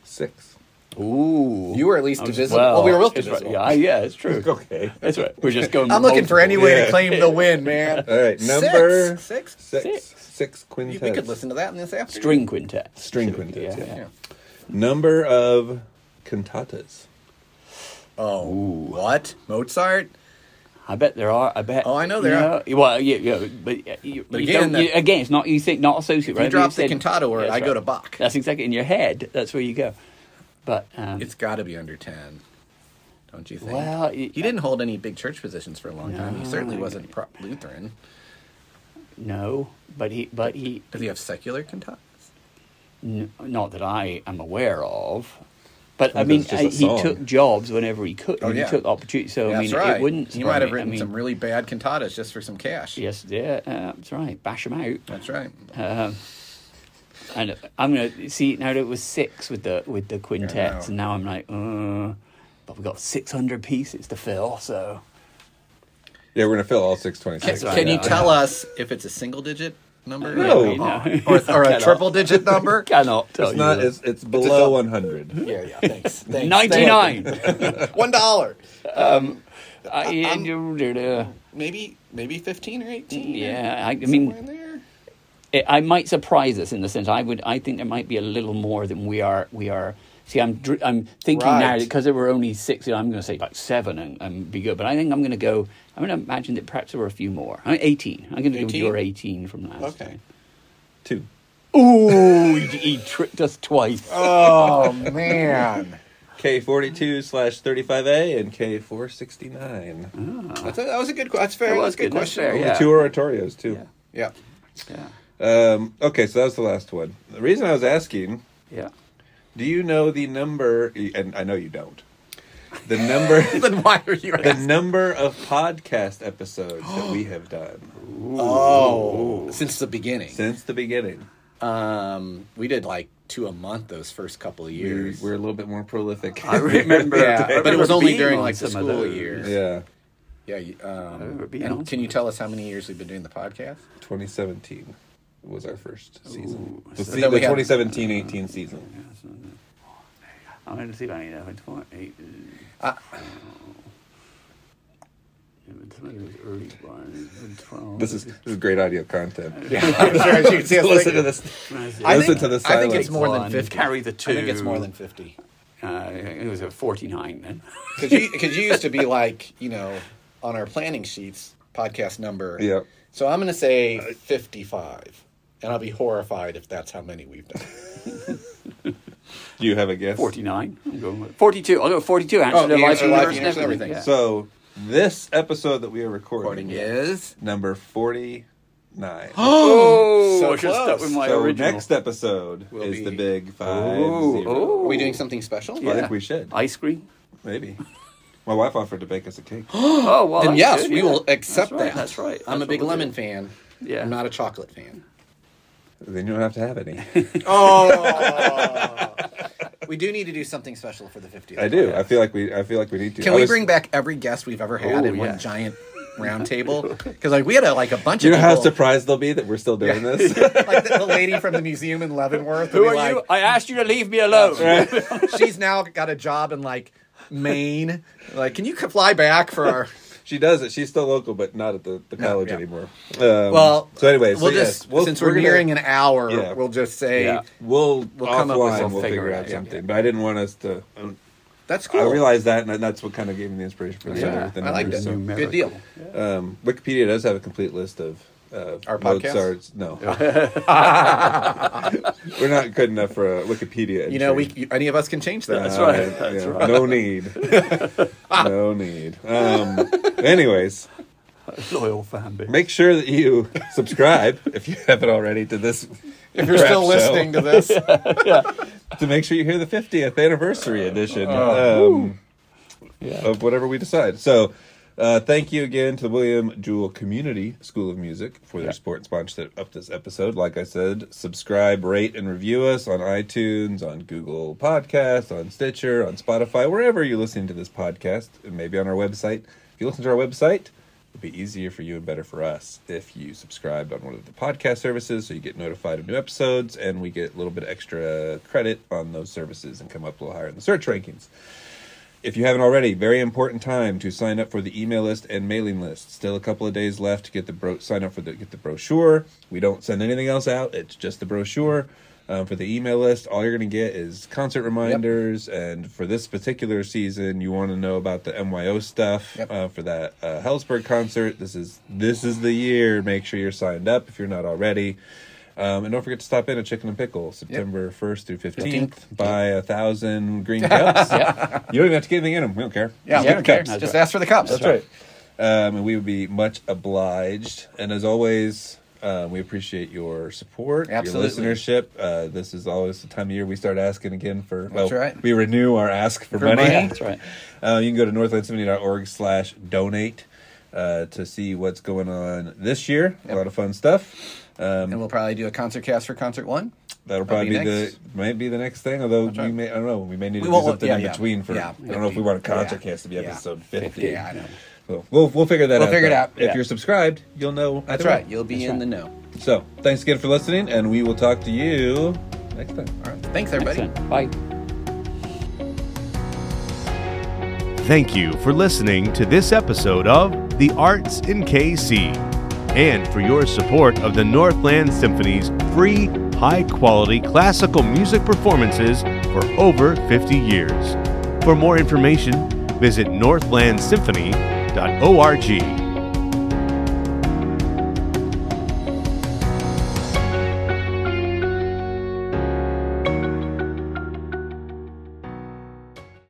Speaker 2: Six.
Speaker 4: Ooh.
Speaker 3: You were at least
Speaker 4: I was-
Speaker 3: divisible. Well, we were both
Speaker 4: it's right.
Speaker 3: divisible.
Speaker 4: Yeah, I- yeah, it's true.
Speaker 2: Okay.
Speaker 4: That's right. We're just going.
Speaker 3: I'm looking for any way
Speaker 2: Yeah.
Speaker 3: to claim the win, man.
Speaker 2: All right, number
Speaker 3: Six. six?
Speaker 2: Six.
Speaker 4: Six.
Speaker 2: Six quintets.
Speaker 3: We could listen to that in this afternoon.
Speaker 4: string quintet.
Speaker 2: String
Speaker 4: specifically.
Speaker 2: quintets, yeah.
Speaker 4: yeah.
Speaker 2: Number of cantatas.
Speaker 3: Oh, what? Mozart?
Speaker 4: I bet there are. I bet.
Speaker 3: Oh, I know there
Speaker 4: you
Speaker 3: are.
Speaker 4: Well, yeah, yeah, but uh, you,
Speaker 3: But
Speaker 4: you
Speaker 3: again,
Speaker 4: don't- you-
Speaker 3: that-
Speaker 4: again, it's not you think not associate.
Speaker 3: you
Speaker 4: right?
Speaker 3: drop the
Speaker 4: said-
Speaker 3: cantata word,
Speaker 4: That's
Speaker 3: I go to Bach.
Speaker 4: That's exactly in your head. That's where you go. But um,
Speaker 3: It's got to be under 10. Don't you think?
Speaker 4: Well,
Speaker 3: he
Speaker 4: it-
Speaker 3: didn't hold any big church positions for a long time. He certainly
Speaker 4: No.
Speaker 3: wasn't pro- Lutheran.
Speaker 4: no, but he, but he,
Speaker 3: Does he have secular cantatas?
Speaker 4: n- not that I am aware of. But I
Speaker 2: Sometimes
Speaker 4: mean,
Speaker 2: it's
Speaker 4: I,
Speaker 2: just a
Speaker 4: he
Speaker 2: song.
Speaker 4: took jobs whenever he could.
Speaker 3: Oh,
Speaker 4: he
Speaker 3: yeah.
Speaker 4: took opportunities. So I
Speaker 3: That's
Speaker 4: mean,
Speaker 3: right.
Speaker 4: it wouldn't.
Speaker 3: He
Speaker 4: surprise
Speaker 3: might have
Speaker 4: me. I
Speaker 3: written
Speaker 4: mean,
Speaker 3: some really bad cantatas just for some cash.
Speaker 4: Yes, yeah, uh, that's right. Bash them out.
Speaker 3: That's right.
Speaker 4: Um, and I'm gonna see now that it was six with the with the
Speaker 3: know.
Speaker 4: quintets, and now I'm like, uh, but we got 600 pieces to fill, so
Speaker 2: Yeah, we're going to fill all 626.
Speaker 4: right.
Speaker 3: Can you
Speaker 4: Yeah.
Speaker 3: tell us if it's a single digit number?
Speaker 2: No.
Speaker 3: Or-
Speaker 4: you know.
Speaker 3: Or, or a
Speaker 4: Cannot-
Speaker 3: triple digit number?
Speaker 4: Cannot tell
Speaker 2: It's
Speaker 4: you.
Speaker 2: not,
Speaker 4: that.
Speaker 2: it's, it's below 100.
Speaker 3: Yeah, yeah. Thanks. thanks.
Speaker 4: 99.
Speaker 3: One dollar.
Speaker 4: I,
Speaker 3: Maybe maybe fifteen or eighteen.
Speaker 4: yeah, I, I
Speaker 3: Somewhere in
Speaker 4: mean,
Speaker 3: there.
Speaker 4: it, I might surprise us in the sense I would. I think there might be a little more than we are. We are. See, I'm dr- I'm thinking now
Speaker 3: Right.
Speaker 4: because there were only six. you know, I'm going to say like seven and, and be good. But I think I'm going to go. I'm going to imagine that perhaps there were a few more. I mean, 18. I'm going to go with
Speaker 3: 18?
Speaker 4: your 18 from last
Speaker 3: Okay.
Speaker 4: time.
Speaker 2: Two.
Speaker 4: Ooh, he, he tricked us twice.
Speaker 3: Oh man.
Speaker 2: K42 slash 35A and K469.
Speaker 3: That's a, that was a good. que- That's fair.
Speaker 4: That
Speaker 3: Oh. That
Speaker 4: was
Speaker 3: was a good
Speaker 4: good, that's
Speaker 3: question.
Speaker 4: fair, yeah.
Speaker 2: The two oratorios, too.
Speaker 3: Yeah.
Speaker 4: yeah,
Speaker 2: Um, okay, so that was the last one. The reason I was asking
Speaker 4: yeah.
Speaker 2: Do you know the number? And I know you don't. The number,
Speaker 3: Then why are you?
Speaker 2: the number of podcast episodes that we have done
Speaker 3: Oh, since the beginning.
Speaker 2: since the beginning.
Speaker 3: Um, we did like two a month those first couple of
Speaker 2: We,
Speaker 3: years.
Speaker 2: we're a little bit more prolific.
Speaker 4: I remember,
Speaker 3: yeah, but it
Speaker 4: I remember
Speaker 3: was only
Speaker 4: being
Speaker 3: during
Speaker 4: on
Speaker 3: like the
Speaker 4: some of
Speaker 3: school
Speaker 4: those.
Speaker 3: years.
Speaker 2: yeah,
Speaker 3: Yeah. you-
Speaker 4: remember
Speaker 3: Um,
Speaker 4: being on
Speaker 3: and
Speaker 4: some
Speaker 3: can you tell us how many years we've been doing the podcast?
Speaker 2: 2017 was our first season.
Speaker 4: Ooh,
Speaker 2: the
Speaker 4: so
Speaker 2: se-
Speaker 3: then
Speaker 2: the
Speaker 3: we had-
Speaker 2: 2017-18 season.
Speaker 4: I'm going to see if Oh, I need that. It's what, eight, uh,
Speaker 2: Uh, This is this is great audio content.
Speaker 3: Yeah.
Speaker 2: Listen to this.
Speaker 3: I
Speaker 2: Listen
Speaker 3: think-
Speaker 2: to the
Speaker 3: I think
Speaker 2: silence.
Speaker 3: it's more than
Speaker 4: One,
Speaker 3: fifty.
Speaker 4: carry the
Speaker 3: I think it's
Speaker 4: two.
Speaker 3: more than fifty.
Speaker 4: Uh, it was a 49 then.
Speaker 3: Because you, 'cause you used to be like, you know, on our planning sheets, podcast number.
Speaker 2: Yep.
Speaker 3: So I'm going to say 55. And I'll be horrified if that's how many we've done.
Speaker 2: Do you have a guess?
Speaker 4: 49. I'm going with 42. I'll go 42. Answer
Speaker 3: Oh,
Speaker 4: to
Speaker 3: the
Speaker 4: life,
Speaker 3: answer to
Speaker 4: universe,
Speaker 3: life,
Speaker 4: and
Speaker 3: universe, everything.
Speaker 4: everything. Yeah.
Speaker 2: So this episode that we are recording,
Speaker 3: is?
Speaker 2: number 49.
Speaker 4: oh,
Speaker 3: So
Speaker 4: I should have stuck
Speaker 3: close.
Speaker 4: with my
Speaker 2: so
Speaker 4: original.
Speaker 2: next episode
Speaker 3: Will
Speaker 2: is
Speaker 3: be- Oh.
Speaker 2: the big five
Speaker 4: Ooh,
Speaker 2: zero.
Speaker 4: ooh.
Speaker 3: Are we doing something special?
Speaker 2: I think we should.
Speaker 4: Ice cream.
Speaker 2: Maybe. My wife offered to bake us a cake.
Speaker 4: Oh, well.
Speaker 3: Then
Speaker 4: that's
Speaker 3: yes,
Speaker 4: good,
Speaker 3: we
Speaker 4: yeah.
Speaker 3: will accept
Speaker 4: That's right,
Speaker 3: that.
Speaker 4: That's right.
Speaker 3: I'm a
Speaker 4: That's
Speaker 3: big
Speaker 4: what we'll
Speaker 3: lemon
Speaker 4: do.
Speaker 3: fan.
Speaker 4: Yeah.
Speaker 3: I'm not a chocolate fan.
Speaker 2: then you don't have to have any.
Speaker 3: Oh. we do need to do something special for the 50th.
Speaker 2: I do. I feel like we. I feel like we need to.
Speaker 3: Can
Speaker 2: I
Speaker 3: we
Speaker 2: was-
Speaker 3: bring back every guest we've ever had
Speaker 4: Oh,
Speaker 3: in
Speaker 4: yeah.
Speaker 3: one giant round table? Because like we had a, like a bunch
Speaker 2: You
Speaker 3: of
Speaker 2: know how
Speaker 3: people-
Speaker 2: surprised they'll be that we're still doing this.
Speaker 3: like the, the lady from the museum in Leavenworth.
Speaker 4: Who
Speaker 3: would
Speaker 4: are
Speaker 3: be
Speaker 4: you? I asked you to leave me alone.
Speaker 3: like, She's now got a job in like Maine. Like, can you c- fly back for our?
Speaker 2: she does it. She's still local, but not at the, the college
Speaker 6: yeah.
Speaker 2: anymore. Um,
Speaker 6: Well,
Speaker 2: so anyway,
Speaker 6: we'll
Speaker 2: so
Speaker 6: just
Speaker 2: yes, we'll,
Speaker 6: since we're,
Speaker 2: gonna-
Speaker 6: nearing an hour,
Speaker 2: Yeah.
Speaker 6: we'll just say
Speaker 4: Yeah.
Speaker 2: we'll,
Speaker 6: we'll
Speaker 2: offline,
Speaker 6: come up with
Speaker 4: something.
Speaker 2: We'll figure out
Speaker 4: Yeah.
Speaker 2: something. But I didn't want us to.
Speaker 6: that's cool.
Speaker 2: I realized that, and that's what kind of gave me the inspiration for this.
Speaker 4: Yeah,
Speaker 2: with the
Speaker 6: I like
Speaker 2: numbers,
Speaker 6: that.
Speaker 2: so.
Speaker 6: Good deal.
Speaker 2: Um, Wikipedia does have a complete list of uh,
Speaker 6: Our podcast?
Speaker 2: Mozart's- No, we're not good enough for a Wikipedia. Entry.
Speaker 6: You know, we you, any of us can change that.
Speaker 4: That's
Speaker 2: Uh,
Speaker 4: right, that's
Speaker 2: yeah, No need. no need. Um, anyways,
Speaker 4: Loyal fan base.
Speaker 2: make sure that you subscribe if you haven't already to this.
Speaker 6: if you're still listening to this,
Speaker 2: to make sure you hear the 50th anniversary edition um,
Speaker 4: Yeah.
Speaker 2: of whatever we decide. So, uh, thank you again to the William Jewell Community School of Music for their
Speaker 4: Yeah.
Speaker 2: support and sponsorship of this episode. Like I said, subscribe, rate, and review us on iTunes, on Google Podcasts, on Stitcher, on Spotify, wherever you're listening to this podcast, and maybe on our website. If you listen to our website, it'd be easier for you and better for us if you subscribed on one of the podcast services so you get notified of new episodes and we get a little bit extra credit on those services and come up a little higher in the search rankings. If you haven't already, very important time to sign up for the email list and mailing list. Still a couple of days left to get the bro- sign up for the get the brochure. We don't send anything else out. It's just the brochure. Um, for the email list, all you're going to get is concert reminders. And for this particular season, you want to know about the MYO stuff
Speaker 6: Yep.
Speaker 2: uh, for that uh, Hellsberg concert. This is this is the year. Make sure you're signed up if you're not already. Um, and don't forget to stop in at Chicken and Pickle September 1st through 15th. Buy a thousand green cups.
Speaker 4: Yeah.
Speaker 2: You don't even have to get anything in them. We don't care.
Speaker 6: yeah,
Speaker 2: Just
Speaker 6: we
Speaker 2: get
Speaker 6: don't
Speaker 2: the
Speaker 6: care.
Speaker 2: cups.
Speaker 4: That's
Speaker 6: Just
Speaker 4: right.
Speaker 6: ask for the cups.
Speaker 2: That's right. Um, and we would be much obliged. And as always, um, we appreciate your support,
Speaker 6: Absolutely.
Speaker 2: your listenership. Uh, this is always the time of year we start asking again for. well,
Speaker 6: right.
Speaker 2: We renew our ask for,
Speaker 6: For
Speaker 2: money.
Speaker 6: money.
Speaker 4: That's right.
Speaker 2: Uh, you can go to northlandsymphony.org slash donate uh, to see what's going on this year. A lot of fun stuff. Um,
Speaker 6: And we'll probably do a concert cast for concert one.
Speaker 2: That'll
Speaker 6: That'll
Speaker 2: probably
Speaker 6: be
Speaker 2: be, the
Speaker 6: next.
Speaker 2: might be the next thing. Although we
Speaker 6: right.
Speaker 2: may, I don't know, we may need
Speaker 6: We
Speaker 2: to do
Speaker 6: won't-
Speaker 2: something
Speaker 6: yeah,
Speaker 2: in
Speaker 6: yeah.
Speaker 2: between for.
Speaker 6: Yeah.
Speaker 2: I don't know if we want a concert
Speaker 6: Yeah.
Speaker 2: cast to be
Speaker 6: Yeah.
Speaker 2: episode fifty.
Speaker 6: Yeah, I know.
Speaker 2: So we'll we'll figure that
Speaker 6: We'll
Speaker 2: out.
Speaker 6: figure it
Speaker 2: though.
Speaker 6: out.
Speaker 2: If
Speaker 4: Yeah.
Speaker 2: you're subscribed, you'll know.
Speaker 6: That's
Speaker 2: either
Speaker 6: right.
Speaker 2: way.
Speaker 6: You'll be in the know.
Speaker 2: So thanks again for listening, and we will talk to you next time.
Speaker 6: All right. Thanks, everybody.
Speaker 4: Excellent. Bye.
Speaker 1: Thank you for listening to this episode of The Arts in KC and for your support of the Northland Symphony's free, high quality classical music performances for over 50 years. For more information, visit northlandsymphony.org.